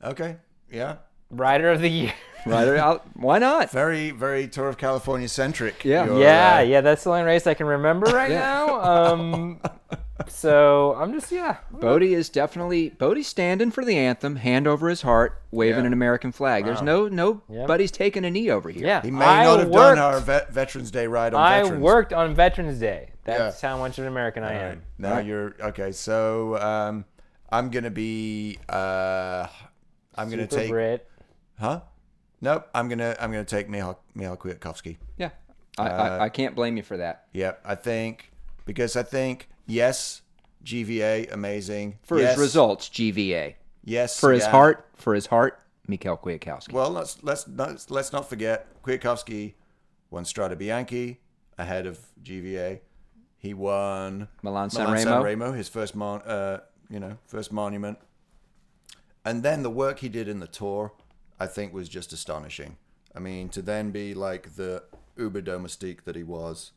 Speaker 3: Okay. Yeah.
Speaker 1: Rider of the Year.
Speaker 2: Rider, I'll- why not?
Speaker 3: Very, very Tour of California centric.
Speaker 2: Yeah.
Speaker 3: your,
Speaker 1: *laughs* Yeah,
Speaker 3: uh,
Speaker 1: yeah, that's the only race I can remember right now. Um, *laughs* so I'm just yeah,
Speaker 2: *laughs* Bodie is definitely Bodie's standing for the anthem, hand over his heart, waving
Speaker 3: Yeah.
Speaker 2: an American flag. There's no nobody's taking a knee over here.
Speaker 1: yeah.
Speaker 3: He may
Speaker 1: I
Speaker 3: not have
Speaker 1: worked,
Speaker 3: done our vet- Veterans Day ride on
Speaker 1: I
Speaker 3: Veterans.
Speaker 1: worked on Veterans Day. That's how much of an American I
Speaker 3: All
Speaker 1: am.
Speaker 3: right. Now you're okay. So um, I'm gonna be. Uh, I'm gonna
Speaker 1: Super
Speaker 3: take.
Speaker 1: Brit.
Speaker 3: Huh? Nope. I'm gonna. I'm gonna take Michal, Michal Kwiatkowski.
Speaker 2: yeah. I, I, I can't blame you for that.
Speaker 3: Yeah, I think because I think yes, GVA amazing
Speaker 2: For
Speaker 3: yes,
Speaker 2: his results, GVA.
Speaker 3: Yes,
Speaker 2: For his
Speaker 3: yeah.
Speaker 2: heart, for his heart, Mikhail Kwiatkowski.
Speaker 3: Well, let's let's not, let's not forget Kwiatkowski won Strada Bianchi ahead of GVA. He won
Speaker 2: Milan San
Speaker 3: San
Speaker 2: Remo.
Speaker 3: Remo, his first mon- uh, you know first monument, and then the work he did in the tour, I think, was just astonishing. I mean, to then be like the uber domestique that he was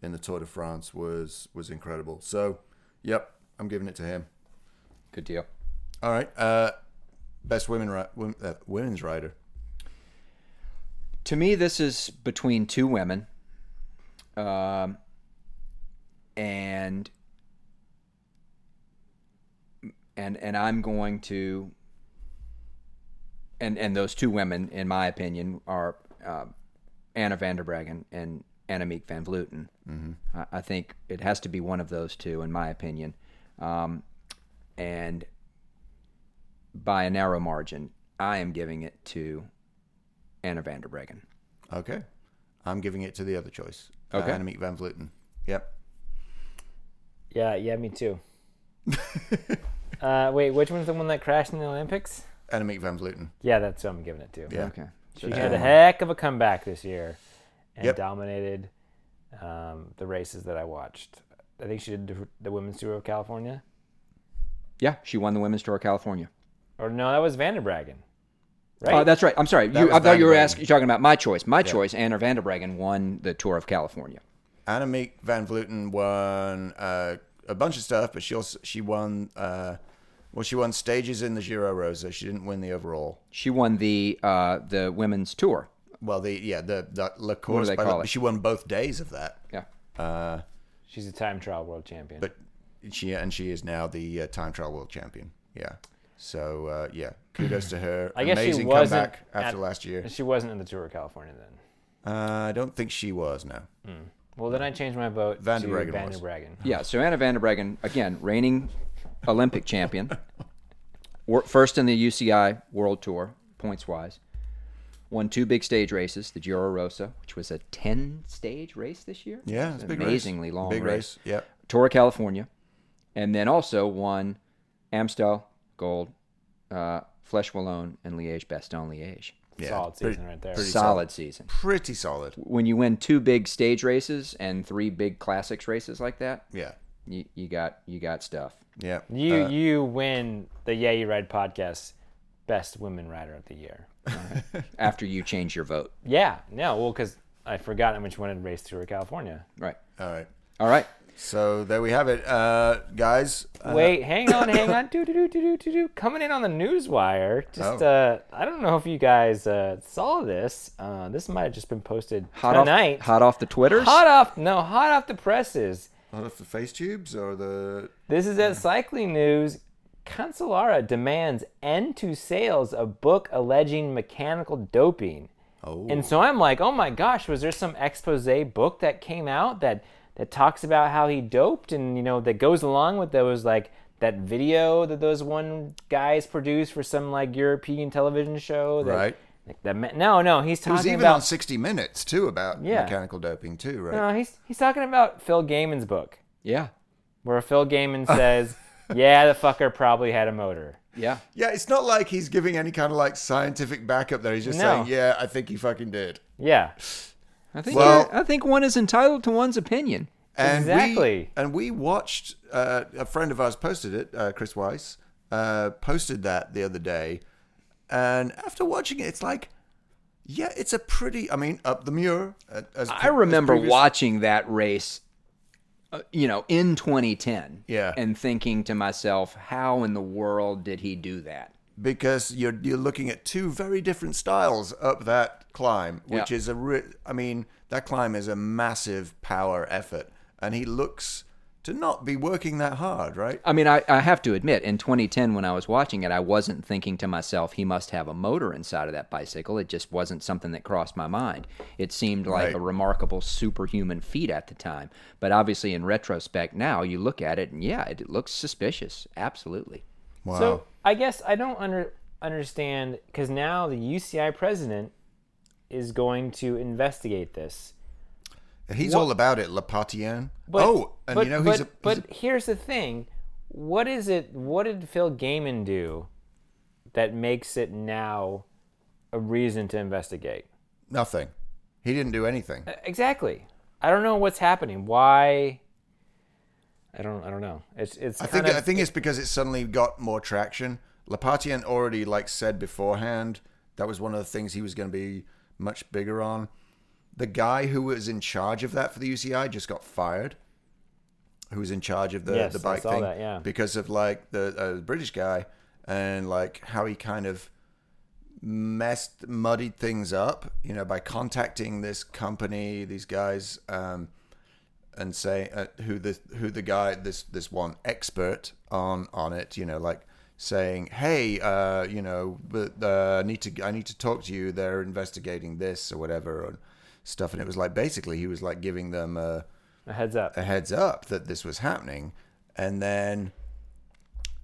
Speaker 3: in the Tour de France was was incredible. So, yep, I'm giving it to him.
Speaker 2: Good deal.
Speaker 3: All right, uh, best women ri- wom- uh, women's rider.
Speaker 2: To me, this is between two women. Um, and and and I'm going to and and those two women, in my opinion, are uh, Anna Vanderbregen and Annemiek van Vleuten. Mm-hmm. I, I think it has to be one of those two, in my opinion, um, and by a narrow margin, I am giving it to Anna Vanderbregen.
Speaker 3: Okay, I'm giving it to the other choice,
Speaker 2: Okay.
Speaker 3: Uh, Annemiek van Vleuten. Yep.
Speaker 1: Yeah, yeah, me
Speaker 3: *laughs*
Speaker 1: too. uh, wait, which one's the one that crashed in the Olympics?
Speaker 3: Annemiek van Vleuten.
Speaker 1: Yeah, that's who I'm giving it to.
Speaker 3: Yeah.
Speaker 2: Okay.
Speaker 1: She
Speaker 2: So it's
Speaker 1: had a
Speaker 2: Denmark.
Speaker 1: heck of a comeback this year and
Speaker 3: Yep.
Speaker 1: dominated um, the races that I watched. I think she did the- the women's tour of California.
Speaker 2: yeah, she won the Women's Tour of California.
Speaker 1: Or no, that was Vanderbragen. Right?
Speaker 2: Oh, that's right. I'm sorry.
Speaker 3: That
Speaker 2: You,
Speaker 3: was
Speaker 2: I thought you were
Speaker 3: Vanderbregen.
Speaker 2: asking, talking about my choice. My choice, Anna Vanderbregen won the Tour of California.
Speaker 3: Annemiek van Vleuten won uh, a bunch of stuff, but she also she won uh, well she won stages in the Giro Rosa. She didn't win the overall.
Speaker 2: She won the uh, the Women's Tour.
Speaker 3: Well, the yeah the the La Course,
Speaker 2: they
Speaker 3: by-
Speaker 2: call it?
Speaker 3: she won both days of that.
Speaker 2: Yeah.
Speaker 1: She's a time trial world champion.
Speaker 3: But she and she is now the uh, time trial world champion. Yeah. So uh, yeah, kudos to her.
Speaker 1: I guess she
Speaker 3: Amazing
Speaker 1: wasn't
Speaker 3: comeback after
Speaker 1: at-
Speaker 3: last year.
Speaker 1: she wasn't in the tour of California then.
Speaker 3: Uh, I don't think she was no.
Speaker 1: Well, then I changed my vote
Speaker 3: Vanderbregen
Speaker 1: to
Speaker 3: was.
Speaker 1: Vanderbragen.
Speaker 2: Yeah. So Anna Vanderbregen, again, reigning Olympic
Speaker 3: *laughs*
Speaker 2: champion, wor- first in the UCI World Tour points wise, won two big stage races, the Giro Rosa, which was a ten stage race this year.
Speaker 3: Yeah,
Speaker 2: It's
Speaker 3: it's a
Speaker 2: an
Speaker 3: big race.
Speaker 2: amazingly long
Speaker 3: Big race. Yep.
Speaker 2: Tour of California, and then also won Amstel Gold, uh, Flesh Wallon, and Liège Bastogne Liège.
Speaker 3: Yeah.
Speaker 1: Solid
Speaker 3: Pretty-
Speaker 1: season right there.
Speaker 3: pretty-
Speaker 2: Solid season.
Speaker 3: Pretty solid.
Speaker 2: When you win two big stage races and three big classics races like that,
Speaker 3: Yeah.
Speaker 2: you, you got you got stuff.
Speaker 3: Yeah.
Speaker 1: You you win the Yeah You Ride podcast best women rider of the year.
Speaker 2: After you change your vote,
Speaker 1: Yeah, no, well, because I forgot which one had raced tour of California.
Speaker 2: right?
Speaker 3: All right.
Speaker 2: All right.
Speaker 3: So there we have it, uh, guys.
Speaker 2: Uh-huh.
Speaker 3: Uh,
Speaker 1: Wait, hang on,
Speaker 2: *laughs*
Speaker 1: hang on. Do, do, do, do, do, do, do. Coming in on the news wire.
Speaker 2: Oh.
Speaker 1: Just, uh, I don't know if you guys uh, saw this. Uh, this might have just been posted
Speaker 2: Hot
Speaker 1: tonight.
Speaker 2: off, hot off the twitters.
Speaker 1: hot off, no, hot off the presses.
Speaker 3: Not if the face tubes or the
Speaker 1: This is at Cycling News. Cancellara demands end to sales of book alleging mechanical doping.
Speaker 3: oh
Speaker 1: And so I'm like, oh my gosh, was there some expose book that came out that that talks about how he doped and you know that goes along with those like that video that those one guys produced for some like European television show. That,
Speaker 3: Right.
Speaker 1: Like, that, ma- no, no, he's
Speaker 3: it was
Speaker 1: talking
Speaker 3: even
Speaker 1: about
Speaker 3: on 60 Minutes too about
Speaker 1: Yeah.
Speaker 3: mechanical doping too, right?
Speaker 1: no, he's he's talking about Phil Gaiman's book
Speaker 2: Yeah.
Speaker 1: where Phil Gaiman
Speaker 3: *laughs*
Speaker 1: says, yeah, the fucker probably had a motor.
Speaker 2: Yeah.
Speaker 3: Yeah, it's not like he's giving any kind of like scientific backup there. He's just
Speaker 1: No.
Speaker 3: saying, yeah, I think he fucking did.
Speaker 1: Yeah.
Speaker 2: I think
Speaker 3: Well-
Speaker 2: I think one is entitled to one's opinion.
Speaker 3: And
Speaker 1: Exactly.
Speaker 3: We, and we watched, uh, a friend of ours posted it, uh, Chris Weiss, uh, posted that the other day. And after watching it, it's like, yeah, it's a pretty, I mean, up the Muir. uh, As,
Speaker 2: I remember
Speaker 3: as previous-
Speaker 2: watching that race, uh, you know, in 2010.
Speaker 3: Yeah.
Speaker 2: And thinking to myself, how in the world did he do that?
Speaker 3: Because you're, you're looking at two very different styles up that climb, which
Speaker 2: Yeah.
Speaker 3: is a, re- I mean, that climb is a massive power effort. And he looks to not be working that hard, right?
Speaker 2: I mean, I, I have to admit, in 2010, when I was watching it, I wasn't thinking to myself, he must have a motor inside of that bicycle. It just wasn't something that crossed my mind. It seemed like
Speaker 3: Right.
Speaker 2: a remarkable superhuman feat at the time. But obviously, in retrospect, now you look at it and yeah, it, looks suspicious. Absolutely.
Speaker 3: Wow.
Speaker 1: So I guess I don't under, understand because now the UCI president is going to investigate this.
Speaker 3: He's all about it, Lapatien.
Speaker 1: But-
Speaker 3: oh, and
Speaker 1: but,
Speaker 3: you know
Speaker 1: but,
Speaker 3: he's a, he's
Speaker 1: but
Speaker 3: a-
Speaker 1: here's the thing: what is it? What did Phil Gaiman do that makes it now a reason to investigate? E,
Speaker 3: nothing. He didn't do anything.
Speaker 1: Exactly. I don't know what's happening. Why? I don't. I don't know. It's it's.
Speaker 3: I think
Speaker 1: kind of,
Speaker 3: I think it's because it suddenly got more traction. Lapatien already like said beforehand that was one of the things he was going to be much bigger on. The guy who was in charge of that for the UCI just got fired. Who was in charge of the,
Speaker 1: Yes,
Speaker 3: the
Speaker 1: I
Speaker 3: bike
Speaker 1: saw
Speaker 3: thing?
Speaker 1: that, yeah.
Speaker 3: Because of like the uh, British guy and like how he kind of messed muddied things up, you know, by contacting this company, these guys, um, and say uh, who the who the guy this this one expert on on it, you know, like saying, hey, uh, you know, but uh, I need to I need to talk to you. They're investigating this or whatever and stuff. And it was like basically he was like giving them a
Speaker 1: a heads up.
Speaker 3: a heads up that this was happening, and then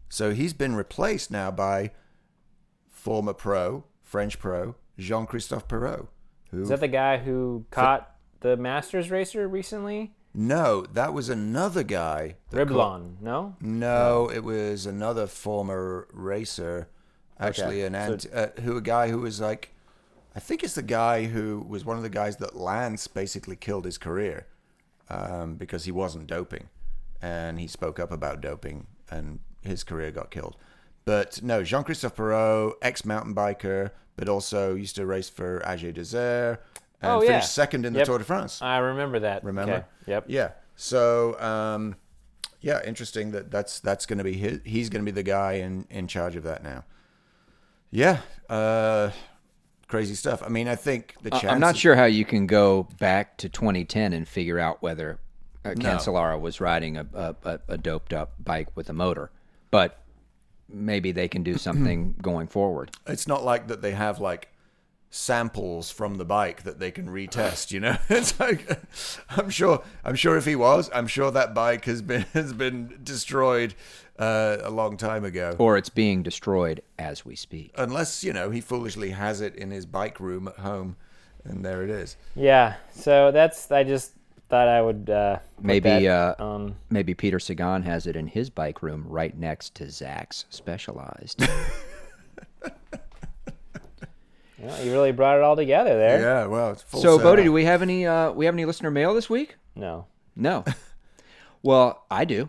Speaker 3: so he's been replaced now by former pro French pro Jean Christophe Perrault, who
Speaker 1: Is that the guy who caught the Masters racer recently?
Speaker 3: No, that was another guy. that caught-
Speaker 1: Riblon, no?
Speaker 3: No, it was another former racer, actually an anti, uh, who a guy who was like, I think it's the guy who was one of the guys that Lance basically killed his career um, because he wasn't doping, and he spoke up about doping, and his career got killed. But no, Jean Christophe Perrault, ex mountain biker, but also used to race for AG Desert and
Speaker 1: Oh, yeah.
Speaker 3: finished second in the
Speaker 1: Yep.
Speaker 3: Tour de France.
Speaker 1: I remember that.
Speaker 3: Remember?
Speaker 1: Okay, Yep.
Speaker 3: Yeah. So, um, yeah, interesting that that's that's going to be his, he's going to be the guy in in charge of that now. Yeah. Uh, crazy stuff. I mean, I think the chance.
Speaker 2: I'm not sure how you can go back to 2010 and figure out whether uh, Cancellara was riding a, a, a- a doped up bike with a motor, but maybe they can do something going forward.
Speaker 3: It's not like that they have like samples from the bike that they can retest. You know, *laughs* it's like I'm sure. I'm sure if he was, I'm sure that bike has been has been destroyed uh, a long time ago.
Speaker 2: Or it's being destroyed as we speak.
Speaker 3: Unless you know he foolishly has it in his bike room at home, and there it is.
Speaker 1: Yeah. So that's I just thought I would uh, put
Speaker 2: Maybe,
Speaker 1: that
Speaker 2: uh,
Speaker 1: on
Speaker 2: Maybe Peter Sagan has it in his bike room right next to Zach's Specialized.
Speaker 1: Well, you really brought it all together there.
Speaker 3: Yeah, well, it's full
Speaker 2: so,
Speaker 3: setup.
Speaker 2: Bodie, do we have any uh, we have any listener mail this week?
Speaker 1: No.
Speaker 2: No. well, I do.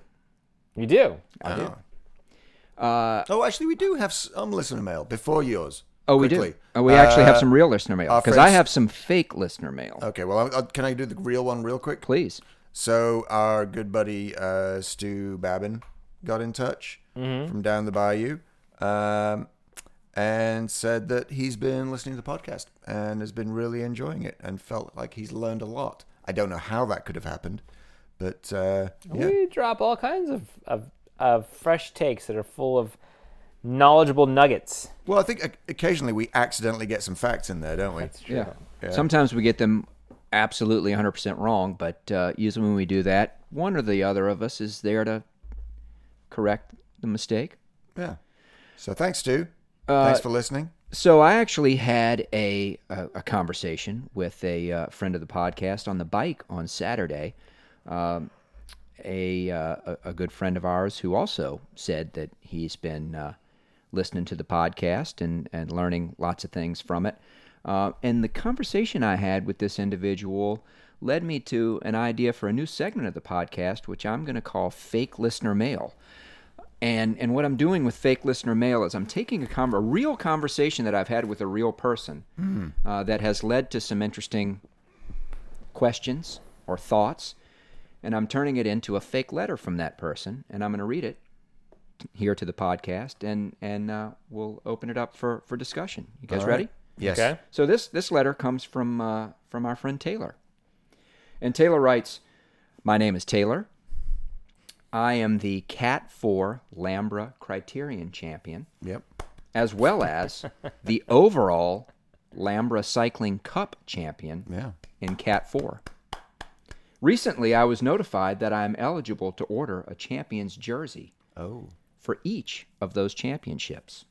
Speaker 1: You do.
Speaker 2: I do.
Speaker 3: Oh, actually, we do have some listener mail before yours.
Speaker 2: Uh, Oh, we
Speaker 3: Quickly.
Speaker 2: do. Oh, we actually have
Speaker 3: Uh,
Speaker 2: some real listener mail
Speaker 3: our
Speaker 2: because I
Speaker 3: friends-
Speaker 2: have some fake listener mail.
Speaker 3: Okay, well, I, I, can I do the real one real quick?
Speaker 2: Please.
Speaker 3: So, our good buddy uh, Stu Babin got in touch
Speaker 2: Mm-hmm.
Speaker 3: from down the bayou um, and said that he's been listening to the podcast and has been really enjoying it and felt like he's learned a lot. I don't know how that could have happened, but uh, yeah.
Speaker 1: We drop all kinds of, of of fresh takes that are full of knowledgeable nuggets.
Speaker 3: Well, I think o- occasionally we accidentally get some facts in there, don't we?
Speaker 2: Yeah. Sometimes we get them absolutely 100% wrong, but uh, usually when we do that, one or the other of us is there to correct the mistake.
Speaker 3: Yeah. So, thanks, Stu. thanks for listening.
Speaker 2: So I actually had a a, a conversation with a uh, friend of the podcast on the bike on Saturday. Um, a, uh, a a good friend of ours who also said that he's been uh, listening to the podcast and and learning lots of things from it. Uh, and the conversation I had with this individual led me to an idea for a new segment of the podcast, which I'm going to call "Fake Listener Mail." And and what I'm doing with fake listener mail is I'm taking a, com- a real conversation that I've had with a real person uh, that has led to some interesting questions or thoughts, and I'm turning it into a fake letter from that person, and I'm going to read it here to the podcast, and and uh, we'll open it up for for discussion. You guys ready?
Speaker 3: Yes.
Speaker 1: Okay.
Speaker 2: So this this letter comes from uh, from our friend Taylor, and Taylor writes, "My name is Taylor. I am the Cat Four Lambra Criterion champion,
Speaker 3: Yep.
Speaker 2: as well as the overall Lambra Cycling Cup champion
Speaker 3: Yeah.
Speaker 2: in Cat Four. Recently, I was notified that I am eligible to order a champion's jersey."
Speaker 3: Oh.
Speaker 2: for each of those championships.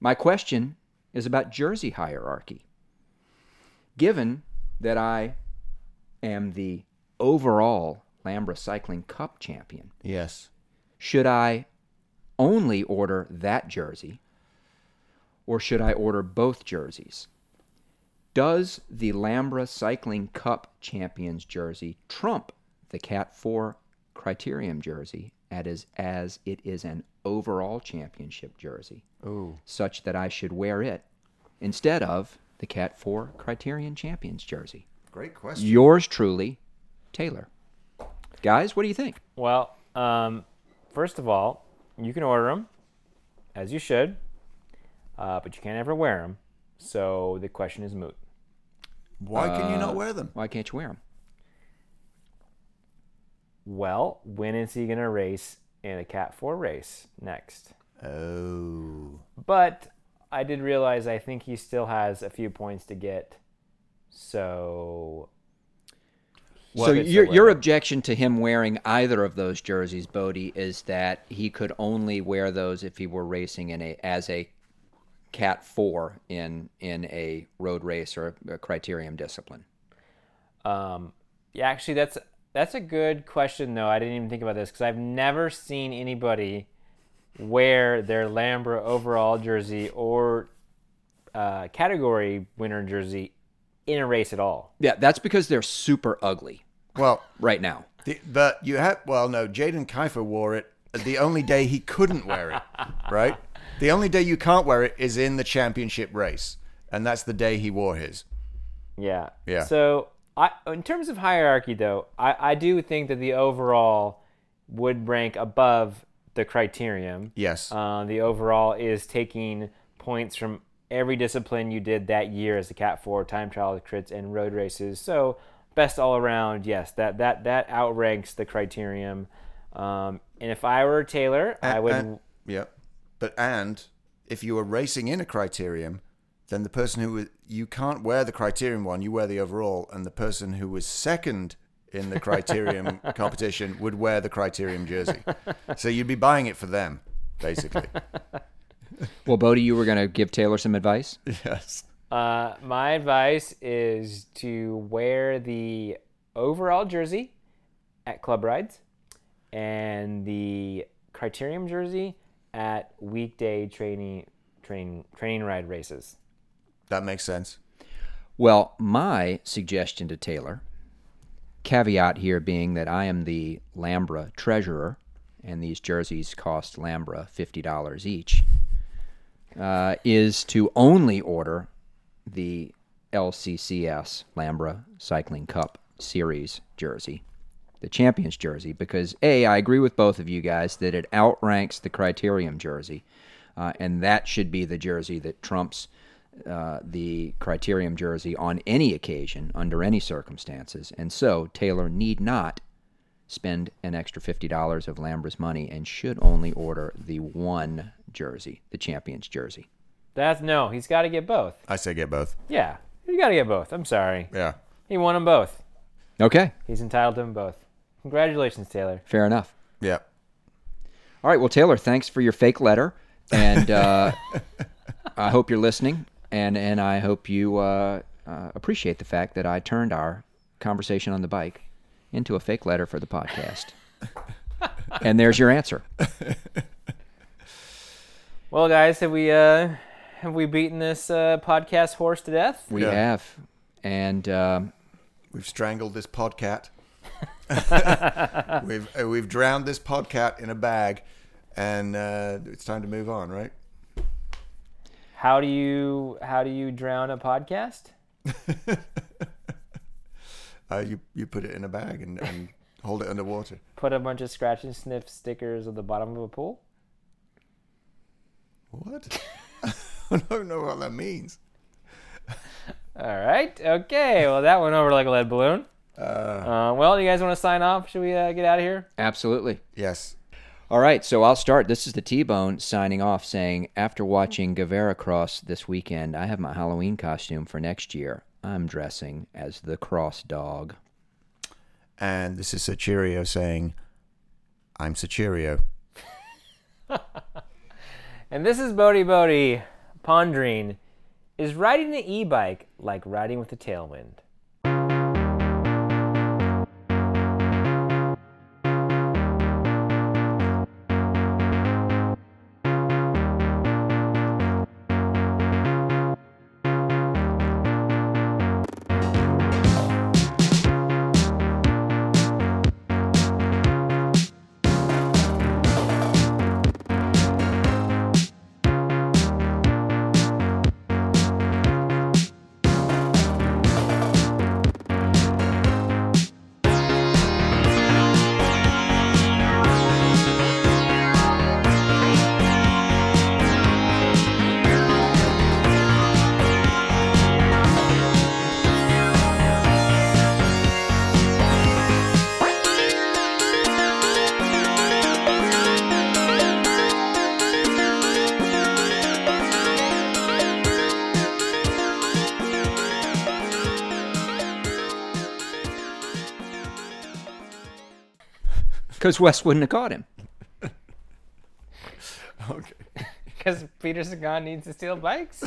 Speaker 2: My question is about jersey hierarchy. Given that I am the overall Lambra Cycling Cup champion,
Speaker 3: Yes.
Speaker 2: should I only order that jersey or should I order both jerseys? Does the Lambra Cycling Cup champions jersey trump the Cat 4 Criterium jersey as, as it is an overall championship jersey,
Speaker 3: Oh.
Speaker 2: such that I should wear it instead of the Cat 4 Criterion champions jersey?
Speaker 3: Great question.
Speaker 2: Yours truly, Taylor. Guys, what do you think?
Speaker 1: Well, um, first of all, you can order them as you should, uh, but you can't ever wear them. So the question is moot.
Speaker 3: Why can you not wear them?
Speaker 2: Why can't you wear them?
Speaker 1: Well, when is he gonna race in a Cat Four race next?
Speaker 3: Oh.
Speaker 1: But I did realize I think he still has a few points to get. So
Speaker 2: so
Speaker 1: Fits the
Speaker 2: your your
Speaker 1: winner.
Speaker 2: objection to him wearing either of those jerseys, Bodie, is that he could only wear those if he were racing in a as a cat four in in a road race or a criterium discipline.
Speaker 1: Um, yeah, actually, that's that's a good question though. I didn't even think about this because I've never seen anybody wear their Lambra overall jersey or uh, category winner jersey in a race at all.
Speaker 2: Yeah, that's because they're super ugly
Speaker 3: Well,
Speaker 2: right now.
Speaker 3: the, but you have well, no. Jaden Kiefer wore it the only day he couldn't wear it, right? The only day you can't wear it is in the championship race, and that's the day he wore his.
Speaker 1: Yeah.
Speaker 3: Yeah.
Speaker 1: So I, in terms of hierarchy, though, I, I do think that the overall would rank above the criterium.
Speaker 3: Yes.
Speaker 1: Uh, the overall is taking points from every discipline you did that year as a Cat Four, time trial crits, and road races. So best all around. Yes, that that that outranks the criterium. Um, and if I were Taylor, I would.
Speaker 3: And, yep. But and if you were racing in a criterium, then the person who was, you can't wear the criterium one, you wear the overall, and the person who was second in the *laughs* criterium competition would wear the criterium jersey. So you'd be buying it for them, basically.
Speaker 2: Well, Bodie, you were going to give Taylor some advice.
Speaker 3: *laughs* yes.
Speaker 1: Uh, my advice is to wear the overall jersey at club rides and the criterium jersey at weekday training train training ride races.
Speaker 3: That makes sense.
Speaker 2: Well, my suggestion to Taylor, caveat here being that I am the Lambra treasurer, and these jerseys cost Lambra $50 each, uh, is to only order the LCCS Lambra Cycling Cup Series jersey, the champions jersey, because A, I agree with both of you guys that it outranks the Criterium jersey, uh, and that should be the jersey that trumps uh, the criterium jersey on any occasion under any circumstances and so taylor need not spend an extra $50 of lambra's money and should only order the one jersey the champions jersey
Speaker 1: That's no, he's got to get both.
Speaker 3: I say get both.
Speaker 1: Yeah, you got to get both. I'm sorry,
Speaker 3: Yeah.
Speaker 1: he won them both.
Speaker 2: okay
Speaker 1: He's entitled to them both. Congratulations, Taylor.
Speaker 2: fair enough
Speaker 3: Yeah.
Speaker 2: all right well taylor thanks for your fake letter and uh, i hope you're listening and, and i hope you uh, uh, appreciate the fact that i turned our conversation on the bike into a fake letter for the podcast and there's your answer
Speaker 1: Well, guys, have we uh, have we beaten this uh, podcast horse to death?
Speaker 2: We
Speaker 3: Yeah.
Speaker 2: have, and um,
Speaker 3: We've strangled this podcat. *laughs* we've uh, we've drowned this podcat in a bag, and uh, it's time to move on, right?
Speaker 1: How do you how do you drown a podcast?
Speaker 3: Uh, you you put it in a bag and, and *laughs* hold it underwater.
Speaker 1: put a bunch of scratch and sniff stickers at the bottom of a pool?
Speaker 3: *laughs* What? I don't know what that means.
Speaker 1: All right. Okay. Well, that went over like a lead balloon. Uh, well, you guys want to sign off? Should we uh, get out of here?
Speaker 2: absolutely.
Speaker 3: Yes.
Speaker 2: All right, so I'll start. This is the T Bone signing off, saying after watching Guevara Cross this weekend, I have my Halloween costume for next year. I'm dressing as the Cross Dog.
Speaker 3: And this is Sir Cheerio saying, I'm Sir Cheerio.
Speaker 1: And this is Bodie Bodie pondering: Is riding the e-bike like riding with the tailwind?
Speaker 2: Because Wes wouldn't have caught him.
Speaker 3: Okay.
Speaker 1: Because Peter Sagan needs to steal bikes.